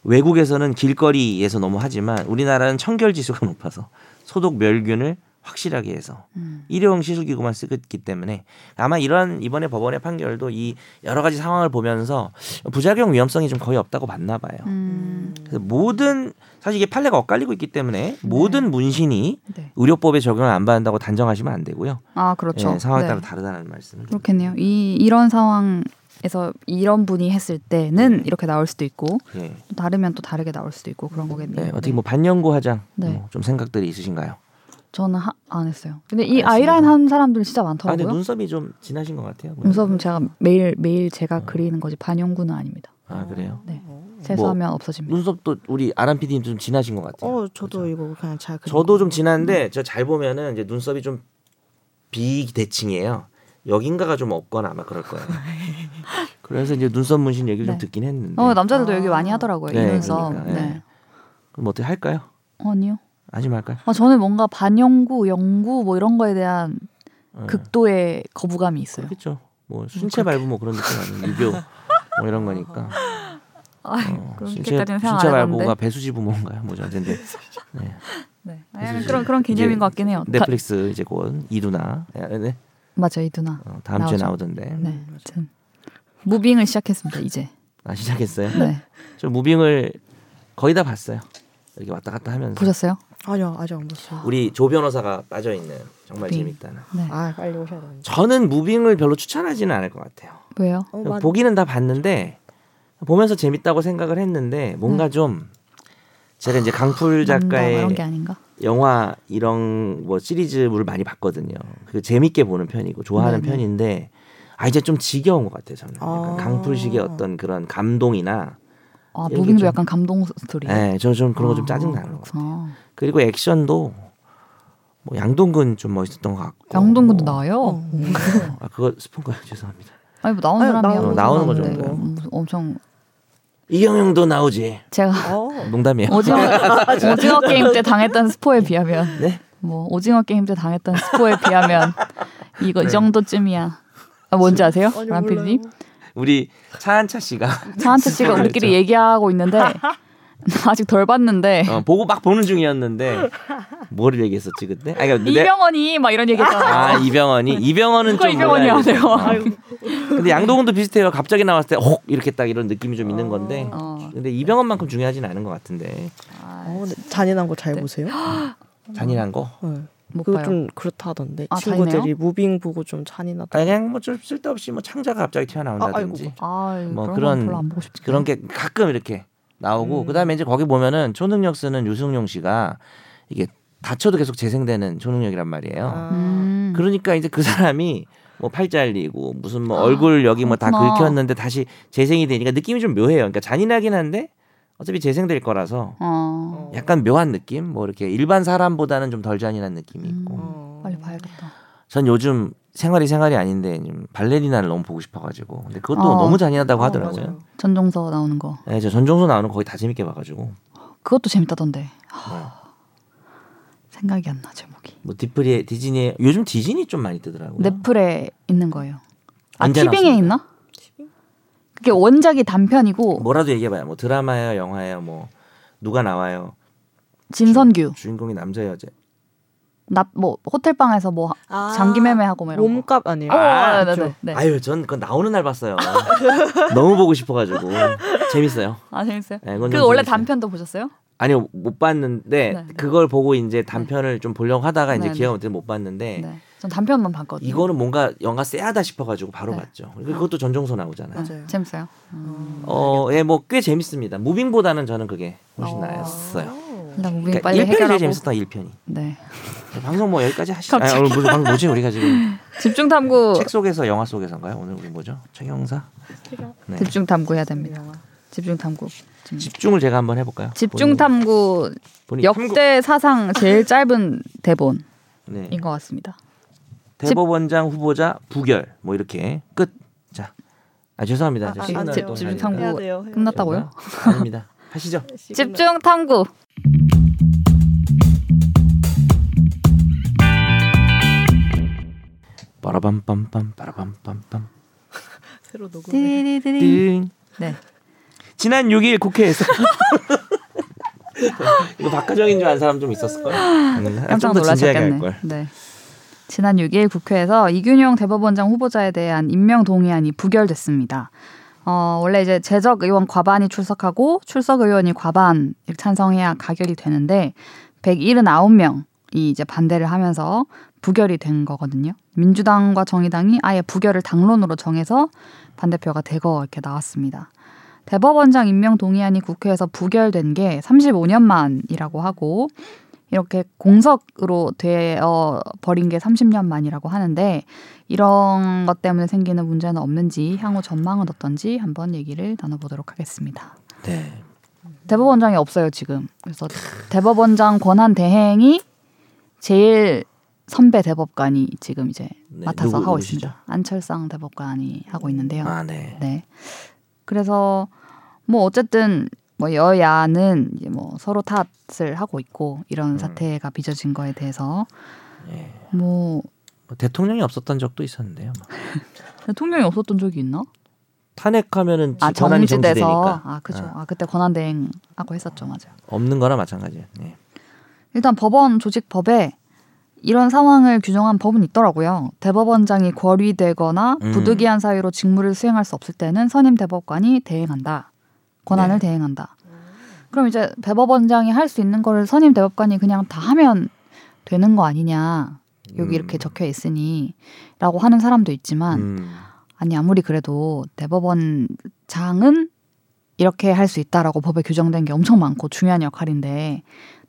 외국에서는 길거리에서 너무 하지만 우리나라는 청결 지수가 높아서 소독 멸균을 확실하게 해서 음. 일회용 시술기구만 쓰기 때문에 아마 이런 이번에 법원의 판결도 이 여러 가지 상황을 보면서 부작용 위험성이 좀 거의 없다고 봤나 봐요. 음. 그래서 모든 사실 이게 판례가 엇갈리고 있기 때문에 모든 문신이 네. 의료법의 적용을 안 받는다고 단정하시면 안 되고요. 아, 그렇죠. 예, 상황에 네. 따라 다르다는 말씀을. 드립니다. 그렇겠네요. 이 이런 상황에서 이런 분이 했을 네. 때는 이렇게 나올 수도 있고 예. 또 다르면 또 다르게 나올 수도 있고 그런 네, 거겠네요. 어떻게 뭐 반영구 화장 네. 뭐좀 생각들이 있으신가요? 아, 저는 하- 안 했어요. 근데 이 알겠습니다. 아이라인 하는 사람들 진짜 아, 근데 많더라고요. 눈썹이 좀 진하신 것 같아요. 눈썹은 제가 매일 매일 제가 네. 그리는 거지 반영구는 아닙니다. 아 그래요. 네. 세수하면 없어집니다. 눈썹도 우리 아람 PD님 좀 진하신 것 같아요. 어, 저도 이거 그냥 잘 그린 저도 거. 좀 음. 진한데 저 잘 보면은 이제 눈썹이 좀 비대칭이에요. 여긴가가 좀 없거나 아마 그럴 거예요. 그래서 이제 눈썹 문신 얘기를 네. 좀 듣긴 했는데. 어 남자들도 얘기 아. 많이 하더라고요. 네, 이면서 그러니까, 예. 네. 그럼 어떻게 할까요? 아니요. 하지 말까요? 아, 저는 뭔가 반영구, 영구 뭐 이런 거에 대한 예. 극도의 거부감이 있어요. 그렇겠죠. 뭐 순체 밟음 뭐 그런 느낌 아니면 유교 뭐 이런 거니까. 아, 어, 그렇게까지는 생각 순체 안 밟음가 해봤는데. 배수지 부모인가요? 뭐죠? 근데 네. 네. 그래서 아니, 이제 그런 그런 개념인 이제 것 같긴 해요. 다- 넷플릭스 이제 곧 이루나 네, 네. 아, 맞아요, 이 누나. 어, 다음 주에 나오죠. 나오던데 네, 아무튼 무빙을 시작했습니다. 이제. 아 시작했어요. 네, 저 무빙을 거의 다 봤어요. 이렇게 왔다 갔다 하면서 보셨어요? 아니요, 아직 안 봤어요. 우리 조 변호사가 빠져 있는 정말 무빙. 재밌다는. 네. 아, 빨리 오셔야 되는데. 저는 무빙을 별로 추천하지는 않을 것 같아요. 왜요? 어, 맞... 보기는 다 봤는데 보면서 재밌다고 생각을 했는데 뭔가 좀 제가 이제 강풀 남자 작가의 이런 음. 게 아닌가? 영화 이런 뭐 시리즈물 많이 봤거든요. 그 재밌게 보는 편이고 좋아하는 네네. 편인데 아 이제 좀 지겨운 것 같아요 저는. 약간 아. 강풀식의 어떤 그런 감동이나 아, 이렇게 무빙도 좀- 약간 감동 스토리. 예, 저 좀 그런 거 좀 아, 짜증 나는 것 같아요. 그렇구나. 그리고 액션도 뭐 양동근 좀 멋있었던 것 같고. 양동근도 뭐- 나와요? 어, 아 그거 스폰가요? 죄송합니다. 아니 뭐 나온 아니, 사람이야. 어, 나오는 나오는 거죠, 나오는데 뭐. 무슨 엄청 이경영도 나오지. 제가 어. 농담이에요. 오징어 오징어 게임 때 당했던 스포에 비하면 네? 뭐 오징어 게임 때 당했던 스포에 비하면 이거 이 정도쯤이야. 아, 뭔지 아세요? 어, 아니, 람피님? 몰라요. 우리 차한차 씨가 차한채 씨가 스포를 우리끼리 했죠. 얘기하고 있는데 아직 덜 봤는데 어, 보고 막 보는 중이었는데 뭐를 얘기했었지 그때? 아 그러니까 내- 이병헌이 막 이런 얘기했잖아. 아 이병헌이 이병헌은 누가 좀 이병헌이야, 몰라야 되죠. 내가. 아. 근데 양동근도 비슷해요. 갑자기 나왔을 때혹 이렇게 딱 이런 느낌이 좀 있는 건데. 어. 근데 이병헌만큼 중요하진 않은 것 같은데 아, 어, 근데 잔인한 거 잘 네. 보세요? 잔인한 거. 네. 못 그거 봐요. 좀 그렇다던데 아, 친구들이 잔인해요? 무빙 보고 좀 잔인하다. 아 그냥 뭐 좀 쓸데없이 뭐 창자가 갑자기 튀어나온다든지 아, 뭐 그런 그런- 건 별로 안 보고 싶지. 그런 게 가끔 이렇게 나오고 음. 그다음에 이제 거기 보면은 초능력 쓰는 유승용 씨가 이게 다쳐도 계속 재생되는 초능력이란 말이에요. 아. 음. 그러니까 이제 그 사람이 뭐 팔 잘리고 무슨 뭐 얼굴 여기 뭐 다 아, 그렇구나. 긁혔는데 다시 재생이 되니까 느낌이 좀 묘해요. 그러니까 잔인하긴 한데 어차피 재생될 거라서 어. 약간 묘한 느낌? 뭐 이렇게 일반 사람보다는 좀 덜 잔인한 느낌이 있고. 음. 어. 빨리 봐야겠다. 전 요즘 생활이 생활이 아닌데 좀 발레리나를 너무 보고 싶어가지고. 근데 그것도 어. 너무 잔인하다고 하더라고요. 전종서 나오는 거. 네, 저 전종수 나오는 거 거의 다 재밌게 봐가지고. 그것도 재밌다던데. 어. 생각이 안 나 제목이. 뭐 디프리에 디즈니에 요즘 디즈니 좀 많이 뜨더라고요. 네. 넷플에 있는 거예요. 아 언제 티빙에 나왔습니까? 있나? 그게 원작이 단편이고 뭐라도 얘기해봐요. 뭐 드라마예요, 영화예요, 뭐 누가 나와요. 진선규 주인공이 남자 여자. 나 뭐 호텔방에서 뭐 장기매매하고 뭐 이런 거. 몸값 아니에요? 어, 아, 네, 네, 그렇죠. 네. 아유, 전 그건 나오는 날 봤어요. 너무 보고 싶어가지고 재밌어요. 아 재밌어요. 네, 그건 그 좀 원래 재밌어요. 단편도 보셨어요? 아니요 못 봤는데 네, 네. 그걸 보고 이제 단편을 좀 보려고 하다가 이제 네, 기회가 올 때 못 봤는데 네. 전 단편만 봤거든요. 이거는 뭔가 영화 쎄하다 싶어가지고 바로 네. 봤죠. 그리고 그것도 전종서 나오잖아요. 네, 맞아요. 재밌어요. 음. 어, 예, 뭐 꽤 재밌습니다. 무빙보다는 저는 그게 훨씬 어. 나았어요. 아. 일단 무빙 그러니까 빨리 1편이 해결하고. 제일 재밌었다 1편이. 네. 방송 뭐 여기까지 하시죠. 아니, 갑자기. 어. 오늘 무슨 방송 뭐지 우리가 지금 집중 탐구. 책 속에서 영화 속에서인가요? 오늘 우리 뭐죠? 최경사. 네. 음. 집중 탐구 해야 됩니다. 집중 탐구. 좀. 집중을 제가 한번 해볼까요? 집중 탐구 본인- 본인 탐구- 역대 사상 제일 짧은 대본인 네. 것 같습니다. 대법원장 후보자 부결 뭐 이렇게 끝. 자, 아 죄송합니다. 아, 이제 아, 시그널 안 돼요. 또 집중 하니까. 탐구 해야 돼요. 네. 해야 끝났다고요? 그런가요? 아닙니다. 하시죠. 돼요. 집중 탐구. 빠라밤빰빰 빠라밤빰빰 새로 녹음. 띠리리리. 띵. 네. 지난 6일 국회에서 이거 박하정인 줄 아는 사람 좀 있었을 거예요. 음, 깜짝 좀더 진지하게 할 놀라셨겠네. 걸. 네. 지난 6일 국회에서 이균용 대법원장 후보자에 대한 임명 동의안이 부결됐습니다. 어, 원래 이제 재적 의원 과반이 출석하고 출석 의원이 과반 찬성해야 가결이 되는데 179명이 이제 반대를 하면서 부결이 된 거거든요. 민주당과 정의당이 아예 부결을 당론으로 정해서 반대표가 대거 이렇게 나왔습니다. 대법원장 임명 동의안이 국회에서 부결된 게 35년 만이라고 하고 이렇게 공석으로 되어 버린 게 30년 만이라고 하는데 이런 것 때문에 생기는 문제는 없는지 향후 전망은 어떤지 한번 얘기를 나눠보도록 하겠습니다. 네. 대법원장이 없어요 지금. 그래서 대법원장 권한 대행이 제일 선배 대법관이 지금 이제 네, 맡아서 누구- 하고 누구시죠? 있습니다. 안철상 대법관이 하고 있는데요. 아 네. 네. 그래서 뭐 어쨌든 뭐 여야는 이제 뭐 서로 탓을 하고 있고 이런 사태가 빚어진 거에 대해서 음. 예. 뭐 뭐 대통령이 없었던 적도 있었는데요. 뭐. 대통령이 없었던 적이 있나? 탄핵하면은 아 권한이 정지돼서 정지되니까 아 그죠. 어, 아 그때 권한 대행 하고 했었죠, 맞아요. 없는 거나 마찬가지예요. 네. 일단 법원 조직법에 이런 상황을 규정한 법은 있더라고요. 대법원장이 거리되거나 음. 부득이한 사유로 직무를 수행할 수 없을 때는 선임 대법관이 대행한다. 권한을 네. 대행한다. 그럼 이제 대법원장이 할 수 있는 거를 선임 대법관이 그냥 다 하면 되는 거 아니냐. 여기 음. 이렇게 적혀 있으니 라고 하는 사람도 있지만 음. 아니 아무리 그래도 대법원장은 이렇게 할 수 있다라고 법에 규정된 게 엄청 많고 중요한 역할인데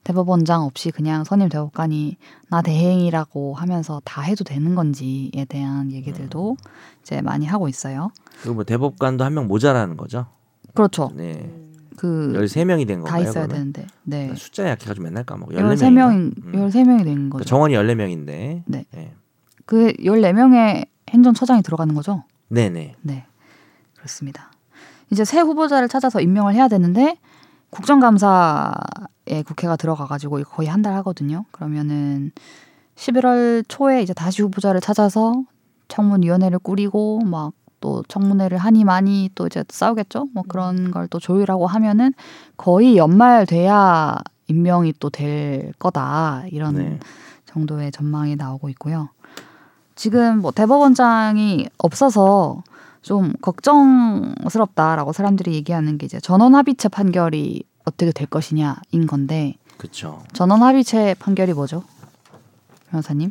대법원장 없이 그냥 선임 대법관이 나 대행이라고 하면서 다 해도 되는 건지에 대한 얘기들도 음. 이제 많이 하고 있어요. 그리고 뭐 대법관도 한 명 모자라는 거죠. 그렇죠. 네. 그 다 13명이 된 건가요? 있어야 그러면? 되는데. 네. 나 숫자 약해가지고 맨날 까먹어. 13명 14명인가? 음. 13명이 된 그러니까 거죠. 정원이 14명인데. 네. 네. 그 14명의 행정처장이 들어가는 거죠. 네네. 네, 그렇습니다. 이제 새 후보자를 찾아서 임명을 해야 되는데 국정감사에 국회가 들어가가지고 거의 한 달 하거든요. 그러면은 11월 초에 이제 다시 후보자를 찾아서 청문위원회를 꾸리고 막 또 청문회를 하니 많이 또 이제 싸우겠죠. 뭐 그런 걸 또 조율하고 하면은 거의 연말 돼야 임명이 또 될 거다 이런 네. 정도의 전망이 나오고 있고요. 지금 뭐 대법원장이 없어서 좀 걱정스럽다라고 사람들이 얘기하는 게 이제 전원 합의체 판결이 어떻게 될 것이냐인 건데 그렇죠. 전원 합의체 판결이 뭐죠? 변호사님?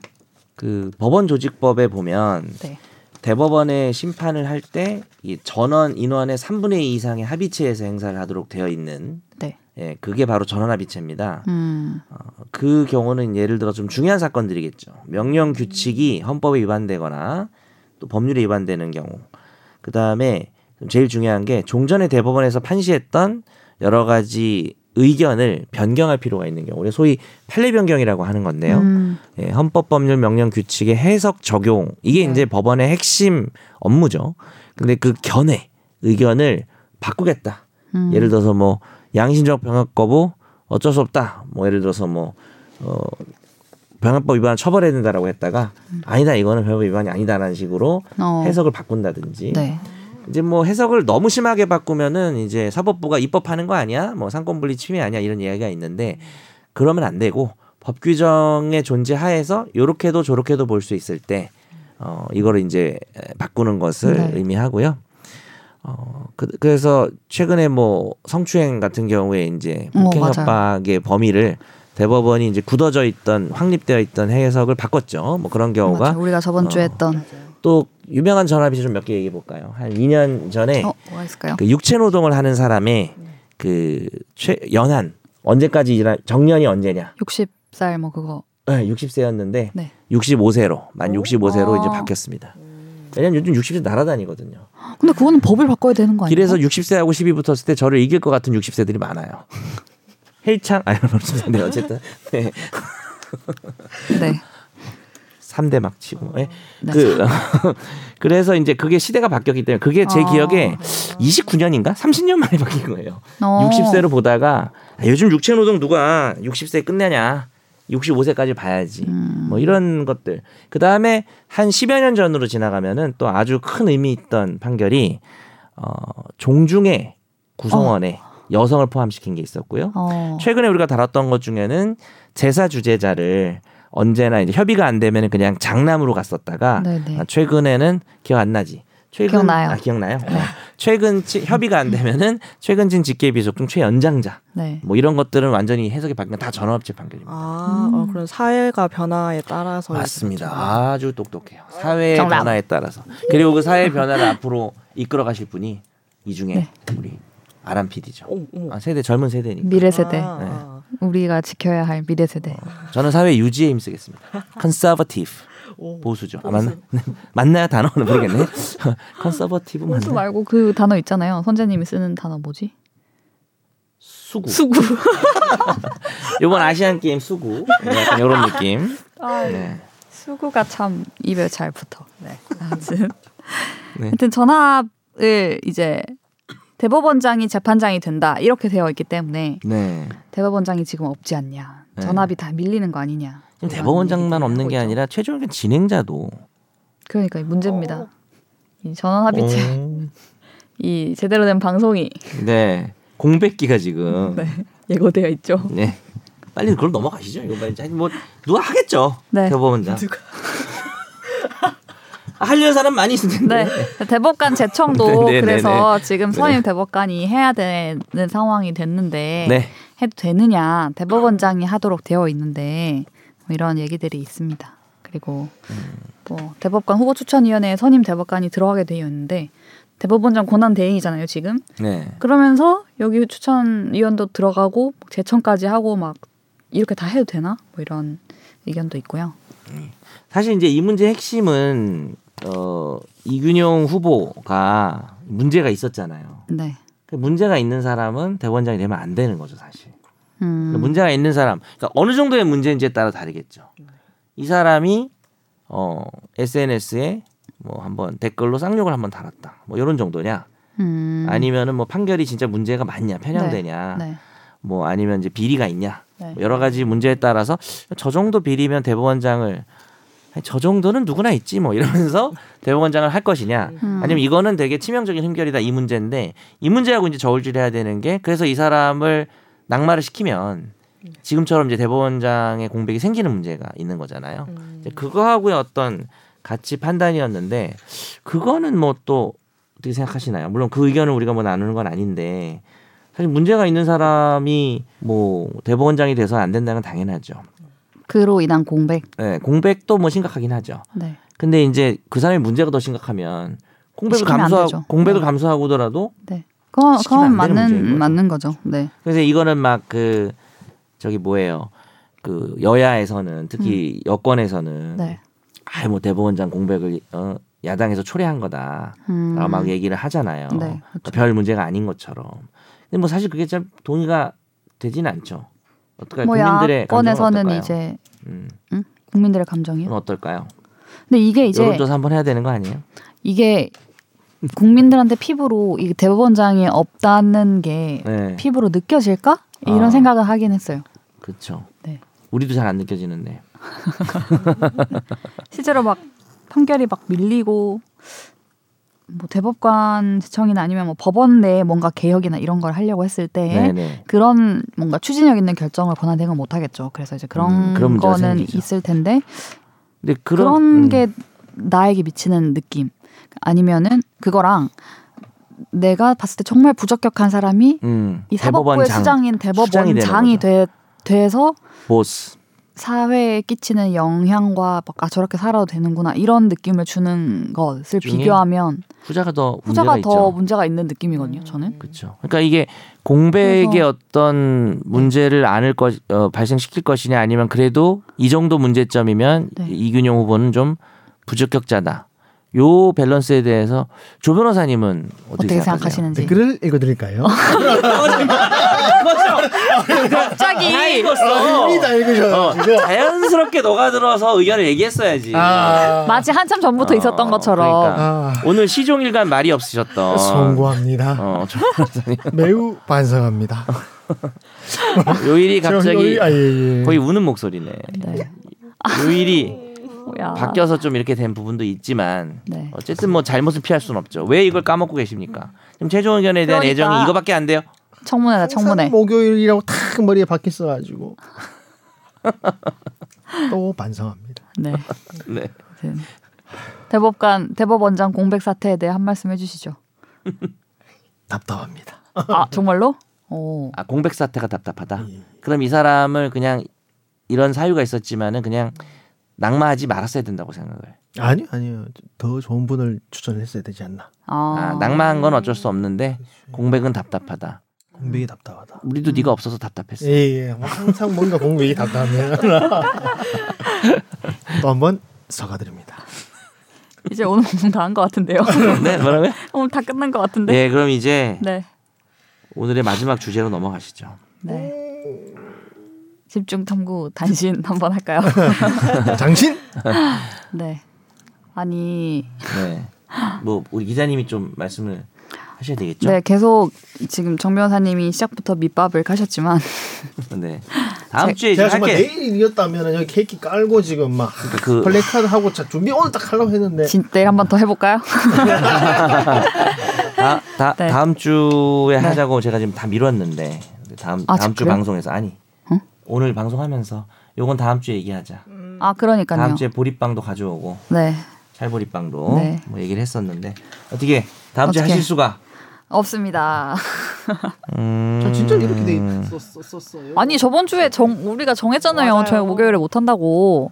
그 법원 조직법에 보면 네. 대법원의 심판을 할 때 이 전원 인원의 3분의 2 이상의 합의체에서 행사를 하도록 되어 있는 네. 예, 그게 바로 전원 합의체입니다. 음. 어, 그 경우는 예를 들어 좀 중요한 사건들이겠죠. 명령 규칙이 헌법에 위반되거나 또 법률에 위반되는 경우. 그 다음에 제일 중요한 게 종전에 대법원에서 판시했던 여러 가지 의견을 변경할 필요가 있는 경우. 우리가 소위 판례 변경이라고 하는 건데요. 음, 예, 헌법 법률 명령 규칙의 해석 적용 이게 네. 이제 법원의 핵심 업무죠. 근데 그 견해 의견을 바꾸겠다. 음. 예를 들어서 뭐 양심적 병역 거부 어쩔 수 없다. 뭐 예를 들어서 뭐 어, 병역법 위반 처벌해야 된다라고 했다가 아니다 이거는 병역 위반이 아니다라는 식으로 음. 어, 해석을 바꾼다든지 네. 이제 뭐 해석을 너무 심하게 바꾸면은 이제 사법부가 입법하는 거 아니야? 뭐 상권분리 침해 아니야? 이런 이야기가 있는데 그러면 안 되고 법 규정의 존재 하에서 요렇게도 저렇게도 볼 수 있을 때 어, 이거를 이제 바꾸는 것을 네. 의미하고요. 어, 그, 그래서 최근에 뭐 성추행 같은 경우에 이제 어, 폭행 맞아요. 협박의 범위를 대법원이 이제 굳어져 있던 확립되어 있던 해석을 바꿨죠. 뭐 그런 경우가 맞아요. 우리가 저번 주에 어, 했던 또 유명한 전화비 좀 몇 개 얘기해 볼까요? 한 2년 전에 어, 뭐가 있을까요? 그 육체 노동을 하는 사람의 그 최, 연한 언제까지 일하 정년이 언제냐? 60살 뭐 그거. 네, 60세였는데 네. 65세로 만 65세로 아. 이제 바뀌었습니다. 왜냐면 요즘 60세 날아다니거든요. 근데 그거는 법을 바꿔야 되는 거 아니에요? 길에서 60세하고 10이 붙었을 때 저를 이길 것 같은 60세들이 많아요. 헬창 아니 없는데 어쨌든 네. 네. 3대 막 치고. 예. 네. 그 그래서 이제 그게 시대가 바뀌었기 때문에 그게 제 아. 기억에 29년인가 30년 만에 바뀐 거예요. 어. 60세로 보다가 아, 요즘 육체 노동 누가 60세 끝내냐? 65세까지 봐야지. 음. 뭐 이런 것들. 그다음에 한 10여 년 전으로 지나가면은 또 아주 큰 의미 있던 판결이 어 종중의 구성원에 여성을 포함시킨 게 있었고요. 어. 최근에 우리가 다뤘던 것 중에는 제사 주제자를 언제나 이제 협의가 안 되면 그냥 장남으로 갔었다가 네네. 아, 최근에는 기억 안 나지. 최근, 기억나요. 네. 아, 기억나요? 어. 최근 치, 협의가 안 되면은 최근 진 직계비속 중 최연장자 네. 뭐 이런 것들은 완전히 해석이 바뀌면 다 전업체 판결입니다. 아, 어, 그런 사회가 변화에 따라서 맞습니다. 아주 똑똑해요. 사회의 그렇죠. 정답. 변화에 따라서 그리고 그 사회의 변화를 앞으로 이끌어 가실 분이 이 중에 네. 우리 아람 PD죠. 오, 오. 아, 세대 젊은 세대니까 미래 세대. 아, 아. 우리가 지켜야 할 미래 세대. 저는 사회 유지에 힘쓰겠습니다. 컨서버티브 오. 보수죠. 아, 맞나? 맞나요? 단어는 모르겠네. 컨서버티브 호수 맞나? 말고 그 단어 있잖아요. 선재님이 쓰는 단어 뭐지? 수구. 수구. 이번 아시안 게임 수구 네, 약간 이런 느낌. 네. 수구가 참 입에 잘 붙어. 네. 아무튼. 네. 하여튼 전압을 이제 대법원장이 재판장이 된다 이렇게 되어 있기 때문에 네. 대법원장이 지금 없지 않냐. 네. 전압이 다 밀리는 거 아니냐. 지금 이런 대법원장만 얘기들을 없는 하고 게 있죠. 아니라 최종적인 진행자도 그러니까 이 문제입니다. 이 전원 합의체 음. 이 제대로 된 방송이 네. 공백기가 지금. 네, 예고되어 있죠. 네. 빨리 그걸 넘어가시죠. 이거 빨리 아니, 뭐 누가 하겠죠. 네. 대법원장. 아, 하려는 사람 많이 있을 텐데. 네. 대법관 제청도 네, 네, 그래서 지금 네. 선임 대법관이 해야 되는 상황이 됐는데 네. 해도 되느냐 대법원장이 하도록 되어 있는데 뭐 이런 얘기들이 있습니다. 그리고 뭐 대법관 후보 추천위원회에 선임 대법관이 들어가게 되어 있는데 대법원장 권한 대행이잖아요 지금. 네. 그러면서 여기 추천위원도 들어가고 제청까지 하고 막 이렇게 다 해도 되나? 뭐 이런 의견도 있고요. 사실 이제 이 문제 의 핵심은 어 이균용 후보가 문제가 있었잖아요. 네. 그 문제가 있는 사람은 대법원장이 되면 안 되는 거죠, 사실. 음. 그러니까 문제가 있는 사람, 그러니까 어느 정도의 문제인지에 따라 다르겠죠. 이 사람이 어, SNS에 뭐 한번 댓글로 쌍욕을 한번 달았다, 뭐 이런 정도냐, 음. 아니면은 뭐 판결이 진짜 문제가 많냐, 편향되냐, 네. 뭐 아니면 이제 비리가 있냐, 네. 뭐 여러 가지 문제에 따라서 저 정도 비리면 대법원장을 아니, 저 정도는 누구나 있지 뭐 이러면서 대법원장을 할 것이냐 음. 아니면 이거는 되게 치명적인 흠결이다 이 문제인데 이 문제하고 이제 저울질해야 되는 게 그래서 이 사람을 낙마를 시키면 지금처럼 이제 대법원장의 공백이 생기는 문제가 있는 거잖아요. 음. 이제 그거하고의 어떤 가치 판단이었는데 그거는 뭐 또 어떻게 생각하시나요? 물론 그 의견을 우리가 뭐 나누는 건 아닌데 사실 문제가 있는 사람이 뭐 대법원장이 돼서 안 된다는 건 당연하죠. 그로 인한 공백. 네, 공백도 뭐 심각하긴 하죠. 네. 근데 이제 그 사람의 문제가 더 심각하면 공백을 시키면 안 감수하고 되죠. 공백을 네. 감수하고더라도 네. 그건, 시키면 안 그건 되는 문제인 맞는 거죠. 맞는 거죠. 네. 그래서 이거는 막 그 저기 뭐예요? 그 여야에서는 특히 여권에서는 음. 네. 아뭐 대법원장 공백을 어, 야당에서 초래한 거다. 음. 라고 막 얘기를 하잖아요. 그러니까 네, 그렇죠. 별 문제가 아닌 것처럼. 근데 뭐 사실 그게 참 동의가 되진 않죠. 어떨까요? 뭐 그러니까 국민들의 감정은 야권에서는 어떨까요? 이제 음, 국민들의 감정이요. 그건 어떨까요? 근데 이게 이제 여론조사 한번 해야 되는 거 아니에요? 이게 국민들한테 피부로 이 대법원장이 없다는 게 네, 피부로 느껴질까? 이런 아. 생각을 하긴 했어요. 그렇죠. 네. 우리도 잘 안 느껴지는데. 실제로 막 판결이 막 밀리고 뭐 대법관 제청이나 아니면 뭐 법원 내에 뭔가 개혁이나 이런 걸 하려고 했을 때 네, 네. 그런 뭔가 추진력 있는 결정을 권한대행은 못 하겠죠. 그래서 이제 그런, 음, 그런 문제가 거는 생기죠. 있을 텐데 근데 그런, 그런, 음, 게 나에게 미치는 느낌 아니면은 그거랑 내가 봤을 때 정말 부적격한 사람이 음, 이 사법부의 대법원장, 수장인 수장이 되는 대법원장이 거죠. 돼, 돼서 보스. 사회에 끼치는 영향과 막, 아 저렇게 살아도 되는구나 이런 느낌을 주는 것을 중에 비교하면 후자가 더 문제가 후자가 더 있죠. 문제가 있는 느낌이거든요. 저는 그렇죠. 그러니까 이게 공백의 그래서- 네. 어떤 문제를 안을 것 어, 발생시킬 것이냐 아니면 그래도 이 정도 문제점이면 네. 이균용 후보는 좀 부적격자다. 요 밸런스에 대해서 조 변호사님은 어떻게, 어떻게 생각하세요? 네, 생각하시는지 네, 댓글을 읽어드릴까요? 갑자기 아, 이미 다 읽으셔요. 지금. 어, 자연스럽게 녹아들어서 의견을 얘기했어야지. 아, 마치 한참 전부터 어, 있었던 것처럼 그러니까. 아, 오늘 시종일관 말이 없으셨던 송구합니다. 어, 조 변호사님. 매우 반성합니다. 요일이 저 갑자기 여기- 아, 예, 예. 거의 우는 목소리네. 네. 요일이 뭐야. 바뀌어서 좀 이렇게 된 부분도 있지만 네. 어쨌든 뭐 잘못은 피할 수는 없죠. 왜 이걸 까먹고 계십니까? 지금 최종 의견에 대한 그러니까. 애정이 이거밖에 안 돼요. 청문회다 청문회. 뭐. 항상 목요일이라고 탁 머리에 박혀 써가지고 또 반성합니다. 네. 네. 아무튼 대법관 대법원장 공백 사태에 대해 한 말씀 해주시죠. 답답합니다. 아 정말로? 오. 아 공백 사태가 답답하다. 그럼 이 사람을 그냥 이런 사유가 있었지만은 그냥 낙마하지 말았어야 된다고 생각을. 아니요, 아니요. 더 좋은 분을 추천했어야 되지 않나. 아, 낙마한 건 어쩔 수 없는데 공백은 답답하다. 공백이 답답하다. 음. 우리도 네가 없어서 답답했어. 예, 예. 항상 뭔가 공백이 답답해요. 또 한 번 사과드립니다. 이제 오늘 방송 다한 것 같은데요. 네, 뭐라고요? 오늘 다 끝난 것 같은데. 네, 그럼 이제 네. 오늘의 마지막 주제로 넘어가시죠. 네. 집중 탐구 단신 한번 할까요? 당신 네. 아니, 네. 뭐 우리 기자님이 좀 말씀을 하셔야 되겠죠. 네 계속 지금 정 변호사님이 시작부터 밑밥을 가셨지만, 네. 다음 제- 주에 이제 제가 정말 할게. 내일 이었다면 여기 케이크 깔고 지금 막 그- 플래카드 하고 자, 준비 오늘 딱 하려고 했는데 진 내일 한 번 더 해볼까요? 다, 다 네. 다음 주에 하자고 제가 지금 다 미뤘는데 다음 아, 다음 주 그래요? 방송에서 아니 응? 오늘 방송하면서 요건 다음 주에 얘기하자. 아 다음 그러니까요. 주에 보리빵도 가져오고 네 찰보리빵도 네. 뭐 얘기를 했었는데 어떻게 다음 주에 어떻게? 하실 수가? 없습니다. 음... 저 진짜 이렇게 돼 있었었어요. 아니 저번 주에 정 우리가 정했잖아요. 맞아요. 저희 목요일에 못 한다고.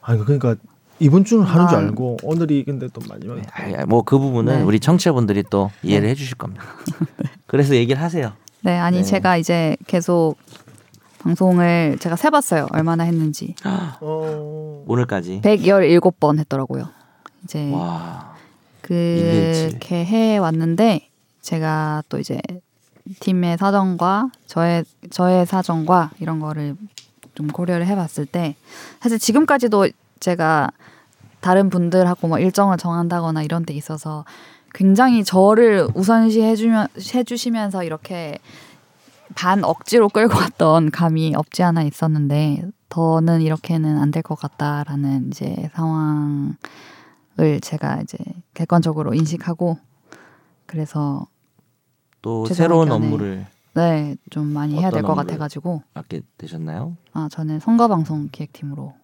아 그러니까 이번 주는 하는 줄 아. 알고 오늘이 근데 또 마지막에 네. 아, 예, 뭐그 부분은 네. 우리 청취자분들이 또 이해를 해주실 겁니다. 그래서 얘기를 하세요. 네 아니 네. 제가 이제 계속 방송을 제가 세봤어요. 얼마나 했는지 어... 오늘까지. 네. 117번 했더라고요. 이제 와. 그렇게 해 왔는데 제가 또 이제 팀의 사정과 저의 저의 사정과 이런 거를 좀 고려를 해봤을 때 사실 지금까지도 제가 다른 분들하고 뭐 일정을 정한다거나 이런 데 있어서 굉장히 저를 우선시 해주면 해주시면서 이렇게 반 억지로 끌고 왔던 감이 없지 않아 있었는데 더는 이렇게는 안 될 것 같다라는 이제 상황 을 제가 이제 객관적으로 인식하고 그래서 또 최종 새로운 의견에 업무를 네 좀 많이 해야 어떤 될 것 업무를? 같아가지고 맡게 되셨나요? 아 저는 선거 방송 기획팀으로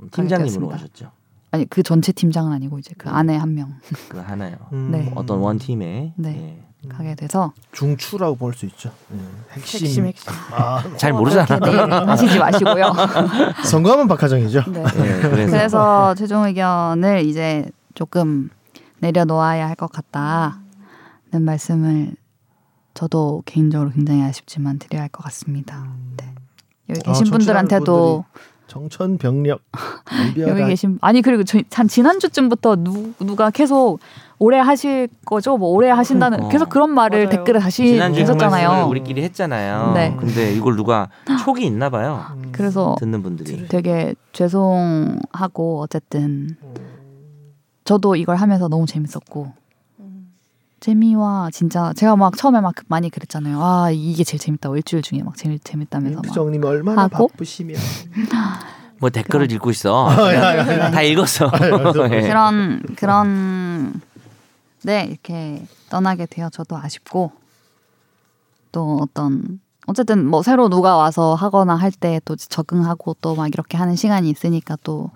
음, 팀장님으로 되었습니다. 하셨죠. 아니 그 전체 팀장은 아니고 이제 그 안에 한 명 그 하나요. 음. 네. 어떤 원 팀에 예. 네. 음. 가게 돼서 중추라고 볼 수 있죠. 음, 핵심. 핵심 핵심. 아, 음, 예. 어, 잘 모르잖아. 그렇게 내일 하시지 마시고요. 선거하면 박하정이죠. 네. 예, 그래서, 그래서 최종 의견을 이제 조금 내려놓아야 할 것 같다는 말씀을 저도 음. 개인적으로 굉장히 아쉽지만 드려야 할 것 같습니다. 네. 여기 아, 계신 청취자 분들한테도 정천병력 여기 이별한 계신 아니 그리고 저, 한 지난주쯤부터 누, 누가 계속 올해 하실 거죠? 뭐 올해 하신다는 어. 계속 그런 말을 맞아요. 댓글에 다시 지난주에 그 말씀을 계셨잖아요. 우리끼리 했잖아요. 네. 어, 근데 이걸 누가 촉이 있나 봐요. 음, 그래서 듣는 분들이. 되게 죄송하고 어쨌든 저도 이걸 하면서 너무 재밌었고 재미와 진짜 제가 막 처음에 막 많이 그랬잖아요. 아 이게 제일 재밌다고 일주일 중에 막 제일 음. 재밌다면서 음, 막 임수정님이 얼마나 하고? 바쁘시면 뭐 댓글을 읽고 있어. 아, 다 읽었어. 예. 그런 그런 네 이렇게 떠나게 되어 저도 아쉽고 또 어떤 어쨌든 뭐 새로 누가 와서 하거나 할 때 또 적응하고 또 막 이렇게 하는 시간이 있으니까 또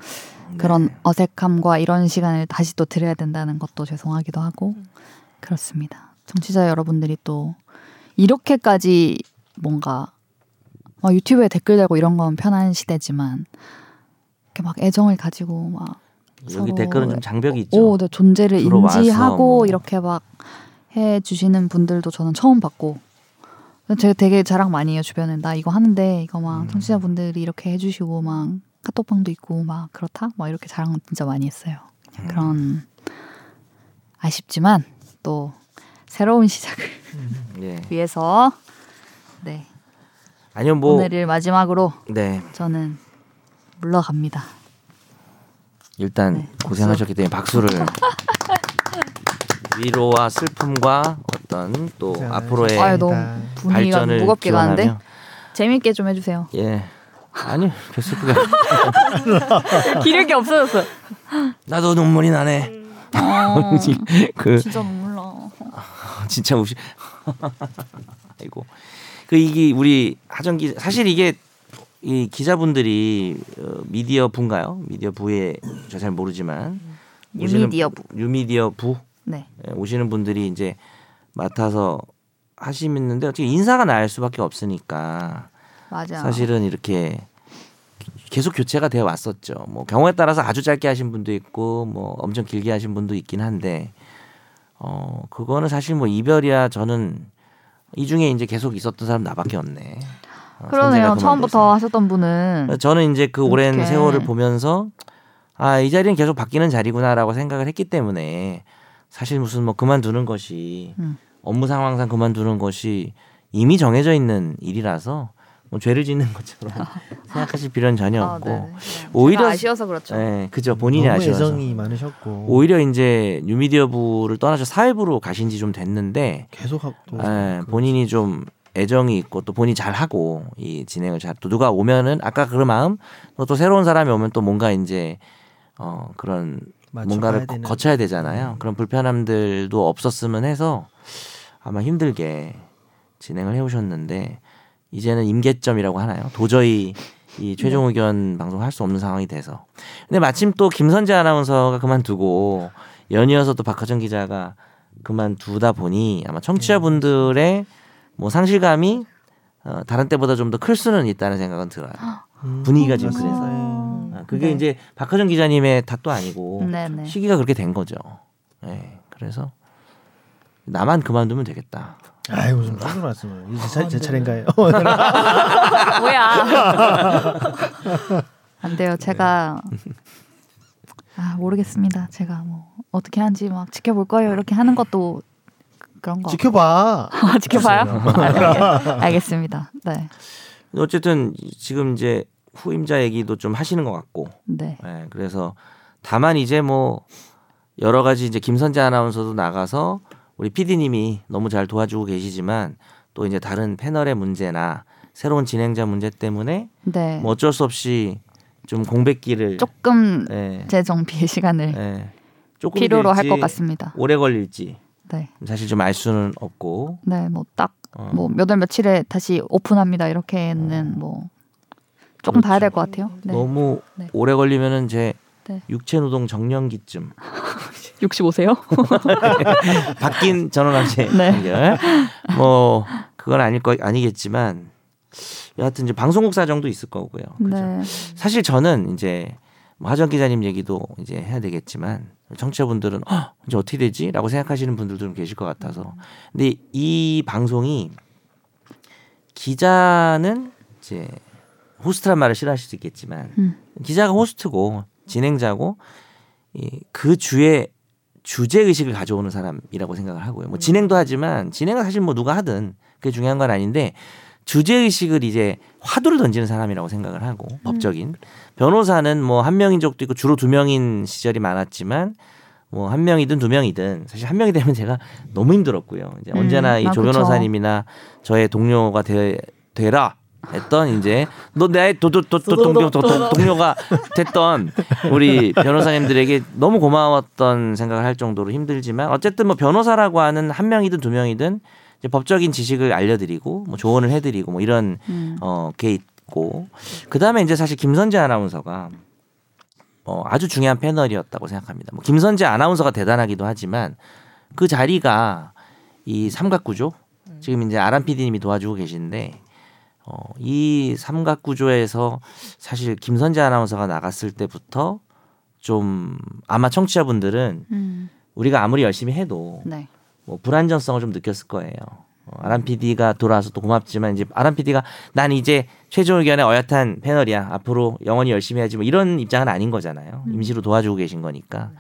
네. 그런 어색함과 이런 시간을 다시 또 드려야 된다는 것도 죄송하기도 하고 그렇습니다. 정치자 여러분들이 또 이렇게까지 뭔가 막 유튜브에 댓글 달고 이런 건 편한 시대지만 이렇게 막 애정을 가지고 막 여기 서로- 댓글은 좀 장벽이 오, 있죠. 네, 존재를 들어와서 인지하고 뭐. 이렇게 막 해주시는 분들도 저는 처음 봤고 제가 되게 자랑 많이 해요 주변에 나 이거 하는데 이거 막 음. 청취자분들이 이렇게 해주시고 막 카톡방도 있고 막 그렇다 막 이렇게 자랑 진짜 많이 했어요 음. 그런 아쉽지만 또 새로운 시작을 예. 위해서 네 아니요 뭐 오늘을 마지막으로 네. 저는 물러갑니다 일단 네, 고생하셨기 때문에 박수를 위로와 슬픔과 어떤 또 고생하셨습니다. 앞으로의 아유 너무 분위기가 네. 발전을 무겁게 가는데 기원하며. 재밌게 좀 해주세요 예 아니 교수가 기력이 없어졌어 나도 눈물이 나네 어, 그 진짜 눈물 나. 진짜 무시 아이고 그 이게 우리 하정 기 사실 이게 이 기자분들이 어, 미디어 부인가요 미디어 부에 저 잘 모르지만 오시는- 유미디어 부. 유미디어 부 네. 예, 오시는 분들이 이제 맡아서 하시는데 어떻게 인사가 날 수밖에 없으니까 맞아. 사실은 이렇게 계속 교체가 되어 왔었죠. 뭐 경우에 따라서 아주 짧게 하신 분도 있고 뭐 엄청 길게 하신 분도 있긴 한데 어 그거는 사실 뭐 이별이야 저는 이 중에 이제 계속 있었던 사람 나밖에 없네. 어, 그러네요. 선재가 처음부터 하셨던 분은 그래서 저는 이제 그 오랜 이렇게. 세월을 보면서 아 이 자리는 계속 바뀌는 자리구나라고 생각을 했기 때문에 사실 무슨 뭐 그만두는 것이 음. 업무 상황상 그만두는 것이 이미 정해져 있는 일이라서 뭐 죄를 짓는 것처럼 생각하실 필요는 전혀 아, 없고 네네. 제가 오히려- 아쉬워서 그렇죠. 예, 그죠 본인이 너무 아쉬워서 애정이 많으셨고 오히려 이제 뉴미디어부를 떠나서 사회부로 가신 지 좀 됐는데 계속 하고 또 예, 그- 본인이 좀 애정이 있고 또 본인이 잘 하고 이 진행을 잘 또 누가 오면은 아까 그 마음 또, 또 새로운 사람이 오면 또 뭔가 이제 어 그런 맞춰가야 뭔가를 되는. 음. 거쳐야 되잖아요. 그런 불편함들도 없었으면 해서 아마 힘들게 진행을 해오셨는데 이제는 임계점이라고 하나요? 도저히 네. 이 최종 의견 방송을 할 수 없는 상황이 돼서 근데 마침 또 김선재 아나운서가 그만두고 연이어서 또 박하정 기자가 그만두다 보니 아마 네. 청취자분들의 뭐 상실감이 어, 다른 때보다 좀 더 클 수는 있다는 생각은 들어요. 음, 분위기가 지금 맞습니다. 그래서요. 예. 아, 그게 네. 이제 박하정 기자님의 탓도 아니고 네네. 뭐 시기가 그렇게 된 거죠. 예. 그래서 나만 그만두면 되겠다. 아이 무슨 무슨 말씀을 아, 이제 차- 제 차례인가요? 아, 뭐야? 안 돼요. 제가 네. 아 모르겠습니다. 제가 뭐 어떻게 하는지 막 지켜볼 거예요. 이렇게 하는 것도 그- 그런 거. 지켜봐. 아, 지켜봐요. 아, 네. 알겠습니다. 네. 어쨌든 지금 이제 후임자 얘기도 좀 하시는 것 같고, 네. 예. 그래서 다만 이제 뭐 여러 가지 이제 김선재 아나운서도 나가서 우리 PD님이 너무 잘 도와주고 계시지만 또 이제 다른 패널의 문제나 새로운 진행자 문제 때문에 네. 뭐 어쩔 수 없이 좀 공백기를 조금 예. 재정비의 시간을 예. 조금 네. 필요로 할 것 길지 같습니다. 오래 걸릴지 네. 사실 좀 알 수는 없고 네, 뭐 딱 어. 뭐 몇 월 며칠에 다시 오픈합니다. 이렇게는 뭐 조금 봐야 될 것 같아요. 네. 그렇죠. 너무 네. 오래 걸리면은 제 네. 육체 노동 정년기쯤 65세요? 바뀐 전원합체 네. 연결 뭐 그건 아닐 거 아니겠지만 여하튼 이제 방송국 사정도 있을 거고요. 그죠? 네. 사실 저는 이제 뭐 하정 기자님 얘기도 이제 해야 되겠지만 청취자분들은 "헉, 이제 어떻게 되지?라고 생각하시는 분들도 좀 계실 것 같아서 근데 이 방송이 기자는 이제 호스트란 말을 싫어하실 수 있겠지만 음. 기자가 호스트고 진행자고 이, 그 주에 주제 의식을 가져오는 사람이라고 생각을 하고요. 뭐 진행도 하지만 진행은 사실 뭐 누가 하든 그게 중요한 건 아닌데 주제 의식을 이제 화두를 던지는 사람이라고 생각을 하고 법적인 변호사는 뭐 한 명인 적도 있고 주로 두 명인 시절이 많았지만 뭐 한 명이든 두 명이든 사실 한 명이 되면 제가 너무 힘들었고요. 이제 음, 언제나 이 아, 조 그쵸. 변호사님이나 저의 동료가 되, 되라 했던 이제 너 내 동료 도- 도- 동료가 됐던 우리 변호사님들에게 너무 고마웠던 생각을 할 정도로 힘들지만 어쨌든 뭐 변호사라고 하는 한 명이든 두 명이든 이제 법적인 지식을 알려드리고 뭐 조언을 해드리고 뭐 이런 음. 어, 게 있고 그 다음에 이제 사실 김선재 아나운서가 어, 아주 중요한 패널이었다고 생각합니다. 뭐 김선재 아나운서가 대단하기도 하지만 그 자리가 이 삼각구조 지금 이제 아람 PD님이 도와주고 계신데 어, 이 삼각구조에서 사실 김선재 아나운서가 나갔을 때부터 좀 아마 청취자분들은 음. 우리가 아무리 열심히 해도 네. 뭐 불안정성을 좀 느꼈을 거예요. 어, 아람 PD가 돌아와서 또 고맙지만 이제 아람 PD가 난 이제 최종 의견의 어엿한 패널이야. 앞으로 영원히 열심히 해야지 뭐 이런 입장은 아닌 거잖아요. 임시로 도와주고 계신 거니까.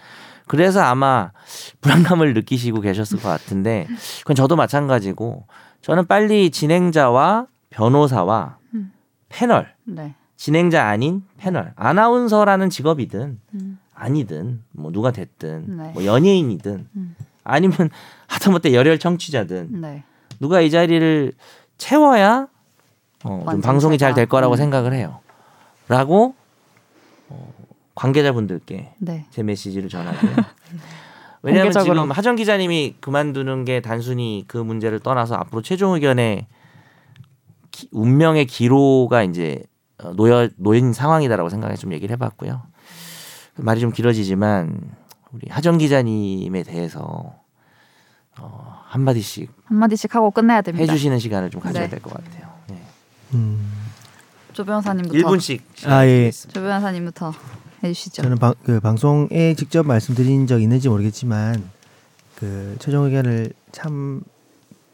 그래서 아마 불안감을 느끼시고 계셨을 것 같은데 그건 저도 마찬가지고 저는 빨리 진행자와 변호사와 음. 패널 네. 진행자 아닌 패널 아나운서라는 직업이든 음. 아니든 뭐 누가 됐든 네. 뭐 연예인이든 음. 아니면 하다못해 열혈 청취자든 네. 누가 이 자리를 채워야 어, 좀 완성차가. 방송이 잘 될 거라고 음. 생각을 해요. 라고 어, 관계자분들께 네. 제 메시지를 전하고요. 왜냐하면 공개적으로. 지금 하정 기자님이 그만두는 게 단순히 그 문제를 떠나서 앞으로 최종 의견의 기- 운명의 기로가 이제 어, 놓여 놓인 상황이다라고 생각해 좀 얘기를 해봤고요. 그 말이 좀 길어지지만 우리 하정 기자님에 대해서 어, 한 마디씩 한마디씩 하고 끝내야 됩니다. 해주시는 시간을 좀 가져야 네. 될 것 같아요. 네. 음, 조 변호사님부터. 1분씩 아, 예. 조 변호사님부터 해주시죠. 저는 방, 그 방송에 직접 말씀드린 적 있는지 모르겠지만 그 최종 의견을 참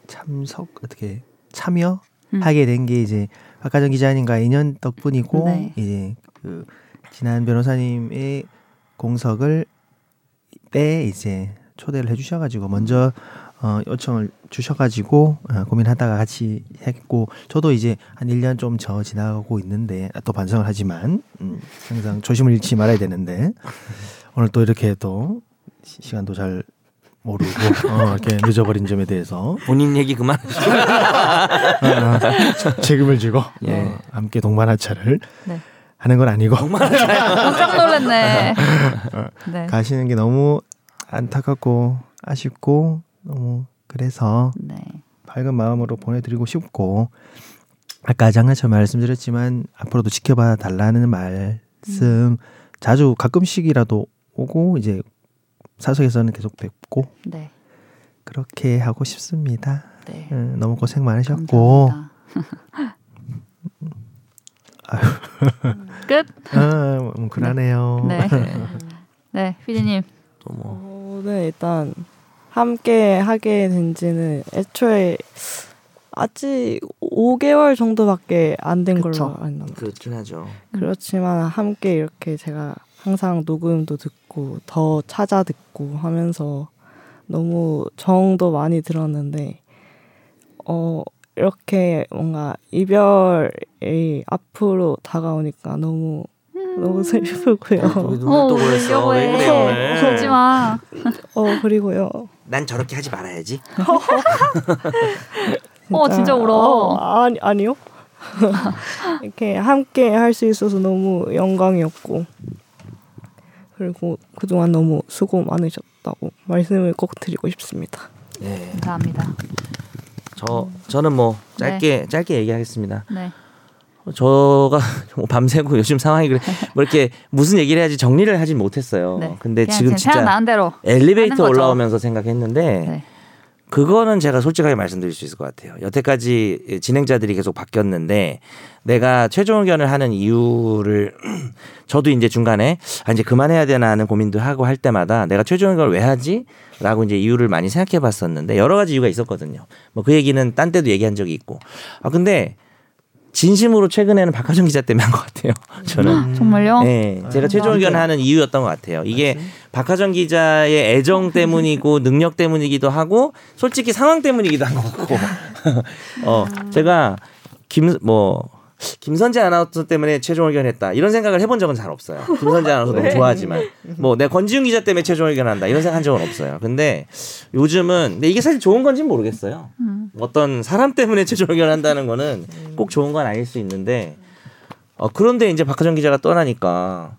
참석 어떻게 참여 음. 하게 된 게 이제 박가정 기자님과 인연 덕분이고 네. 이제 그 지난 변호사님의 공석을 때 이제 초대를 해주셔가지고 먼저 어, 요청을 주셔가지고 어, 고민하다가 같이 했고 저도 이제 한 1년 좀 저 지나가고 있는데 아, 또 반성을 하지만 음, 항상 조심을 잃지 말아야 되는데 오늘 또 이렇게 또 시- 시간도 잘 모르고 어, 이렇게 늦어버린 점에 대해서 본인 얘기 그만하시고 아, 책임을 지고 예. 어, 함께 동반하차를 네. 하는 건 아니고 깜짝 놀랐네. 네. 가시는 게 너무 안타깝고 아쉽고 너무 그래서 네. 밝은 마음으로 보내드리고 싶고 아까 장난처럼 말씀드렸지만 앞으로도 지켜봐 달라는 음. 말씀 자주 가끔씩이라도 오고 이제 사석에서는 계속 뵙고 네. 그렇게 하고 싶습니다. 네. 음, 너무 고생 많으셨고 감사합니다. 끝. 아, 음, 어. 그러네요. 네. 네, 피디님. 또뭐 어. 저는 일단 함께 하게 된 지는 애초에 아직 5개월 정도밖에 안 된 걸로 그쵸. 음. 알나 봐요. 그렇긴 하죠. 그렇지만 함께 이렇게 제가 항상 녹음도 듣고 더 찾아 듣고 하면서 너무 정도 많이 들었는데 어 이렇게 뭔가 이별이 앞으로 다가오니까 너무 음. 너무 네. 슬프고요. 네, 아, 그 눈을 또 보였어. 울려고 왜 해. 그래 오늘? 울지 마. 어 그리고요. 난 저렇게 하지 말아야지. 어, 진짜 울어. 어, 아니 아니요. 이렇게 함께 할 수 있어서 너무 영광이었고 그리고 그동안 너무 수고 많으셨다고 말씀을 꼭 드리고 싶습니다. 네. 감사합니다. 저 저는 뭐 짧게 짧게 얘기하겠습니다. 네. 저가 뭐 밤새고 요즘 상황이 그래 뭐 이렇게 무슨 얘기를 해야지 정리를 하진 못했어요. 네. 근데 그냥 지금 그냥 진짜 예. 생각나는 대로. 하는 엘리베이터 거죠. 올라오면서 생각했는데 네. 그거는 제가 솔직하게 말씀드릴 수 있을 것 같아요. 여태까지 진행자들이 계속 바뀌었는데 내가 최종 의견을 하는 이유를 저도 이제 중간에 아 이제 그만해야 되나 하는 고민도 하고 할 때마다 내가 최종 의견을 왜 하지라고 이제 이유를 많이 생각해 봤었는데 여러 가지 이유가 있었거든요. 뭐 그 얘기는 딴 때도 얘기한 적이 있고. 아 근데 진심으로 최근에는 박하정 기자 때문에 한 것 같아요. 저는. 정말요? 네, 제가 아, 최종 의견 하는 이유였던 것 같아요. 이게 박하정 기자의 애정 때문이고 능력 때문이기도 하고 솔직히 상황 때문이기도 한 것 같고. 어, 제가 김 뭐 김선재 아나운서 때문에 최종 의견했다 이런 생각을 해본 적은 잘 없어요. 김선재 아나운서 너무 좋아하지만 뭐 내 권지윤 기자 때문에 최종 의견한다 이런 생각 한 적은 없어요. 근데 요즘은 근데 이게 사실 좋은 건지는 모르겠어요. 음. 어떤 사람 때문에 최종 의견한다는 거는 꼭 좋은 건 아닐 수 있는데 어, 그런데 이제 박하정 기자가 떠나니까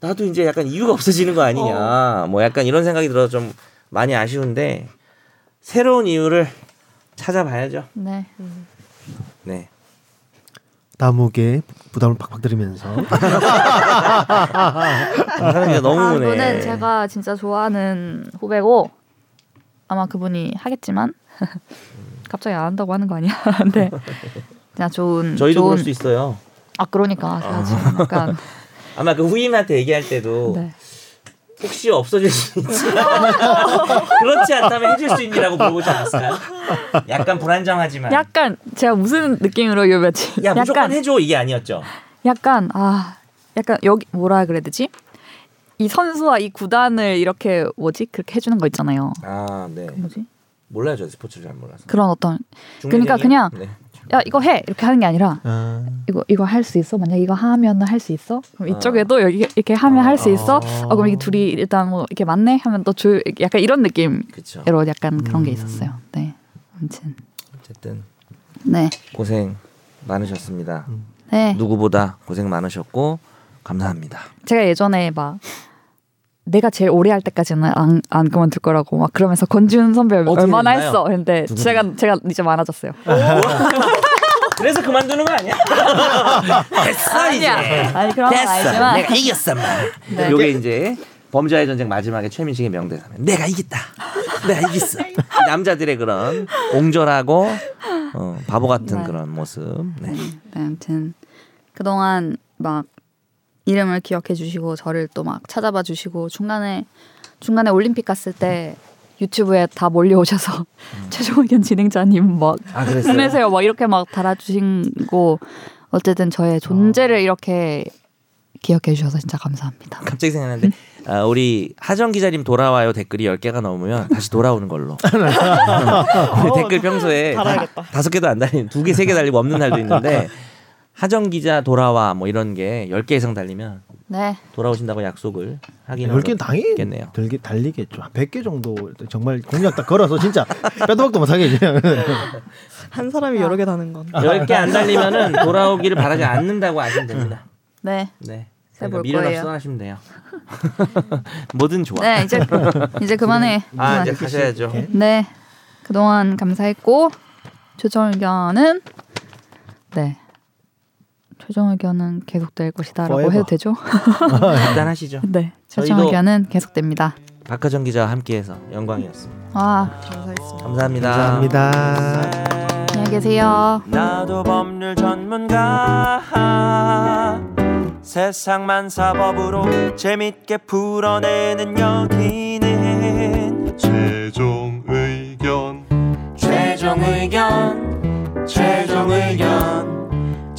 나도 이제 약간 이유가 없어지는 거 아니냐 뭐 약간 이런 생각이 들어서 좀 많이 아쉬운데 새로운 이유를 찾아봐야죠. 네. 네. 나무게 부담을 팍팍 들으면서 박하정 기자 너무 아, 우네. 이거는 제가 진짜 좋아하는 후배고 아마 그분이 하겠지만 갑자기 안 한다고 하는 거 아니야? 네. 그냥 좋은 저희도 좋은 그럴 수 있어요. 어. 아 그러니까 제가 지금 약간 아마 그 후임한테 얘기할 때도 네. 혹시 없어질 수 있지? 그렇지 않다면 해줄 수 있니라고 물어보지 않았어요? 약간 불안정하지만 약간 제가 무슨 느낌으로 요 며칠 야 무조건 약간 해줘 이게 아니었죠? 약간 아 약간 여기 뭐라 그래야 되지? 이 선수와 이 구단을 이렇게 뭐지 그렇게 해주는 거 있잖아요. 아 네. 뭐지? 몰라요 저 스포츠를 잘 몰라서. 그런 어떤 그러니까 그냥- 네. 야 이거 해 이렇게 하는 게 아니라 아, 이거 이거 할 수 있어? 만약 이거 하면은 할 수 있어? 그럼 어. 이쪽에도 여기 이렇게 하면 어. 할 수 있어? 어. 어 그럼 이 둘이 일단 뭐 이렇게 맞네 하면 또 조, 약간 이런 느낌으로 그렇죠. 약간 그런 게 음. 있었어요. 네, 아무튼 어쨌든 네, 고생 많으셨습니다. 음. 네. 누구보다 고생 많으셨고 감사합니다. 제가 예전에 막 내가 제일 오래 할 때까지는 안, 안 그만둘 거라고 막 그러면서 권지훈 선배 어떻게 얼마나 됐나요? 했어? 근데 누구냐? 제가 제가 이제 많아졌어요. 그래서 그만두는 거 아니야? 됐어 이제. 아니야. 아니 그런 건 됐어. 아니지만 내가 이겼어. 마. 네. 요게 이제 범죄의 전쟁 마지막에 최민식의 명대사면 내가 이겼다. 내가 이겼어. 남자들의 그런 옹졸하고 어, 바보 같은 네. 그런 모습. 네. 네, 아무튼 그동안 막 이름을 기억해 주시고 저를 또 막 찾아봐 주시고 중간에 중간에 올림픽 갔을 때 유튜브에 다 몰려오셔서 음. 최종 의견 진행자님 막 아 그랬어요. 힘내세요 막 이렇게 막 달아주신 거 어쨌든 저의 존재를 이렇게 기억해 주셔서 진짜 감사합니다. 갑자기 생각났는데 아, 우리 하정 기자님 돌아와요 댓글이 10개가 넘으면 다시 돌아오는 걸로 음, 우리 댓글 평소에 다, 달아야겠다. 다섯 개도 안 달리는 두 개 세 개 달리고 없는 날도 있는데 하정 기자 돌아와 뭐 이런 게 10개 이상 달리면 네. 돌아오신다고 약속을 하긴 10개 당연히 겠네요. 들기, 달리겠죠. 한 100개 정도 정말 공략 딱 걸어서 진짜 빼도 박도 못하게 그냥. 한 사람이 여러 개 다는 건. 10개 안 달리면은 돌아오기를 바라지 않는다고 아시면 됩니다. 네. 음. 네. 해볼 미련 거예요. 없어 하시면 돼요. 뭐든 좋아. 네, 음. 이제 이제 그만해. 그만해. 아 이제 가셔야죠. 음. 네. 그동안 감사했고 최종 의견은 네. 최종 의견은 계속될 것이다라고 Forever. 해도 되죠? 일단 하시죠. 네. 최종 저희도- 의견은 계속됩니다. 박하정 기자와 함께해서 영광이었습니다. 와, 감사했습니다. 아. 감사합니다. 안녕히 계세요. 나도 법률 전문가 세상만 사법으로 재밌게 풀어내는 여기는 최종 의견 최종 의견 최종 의견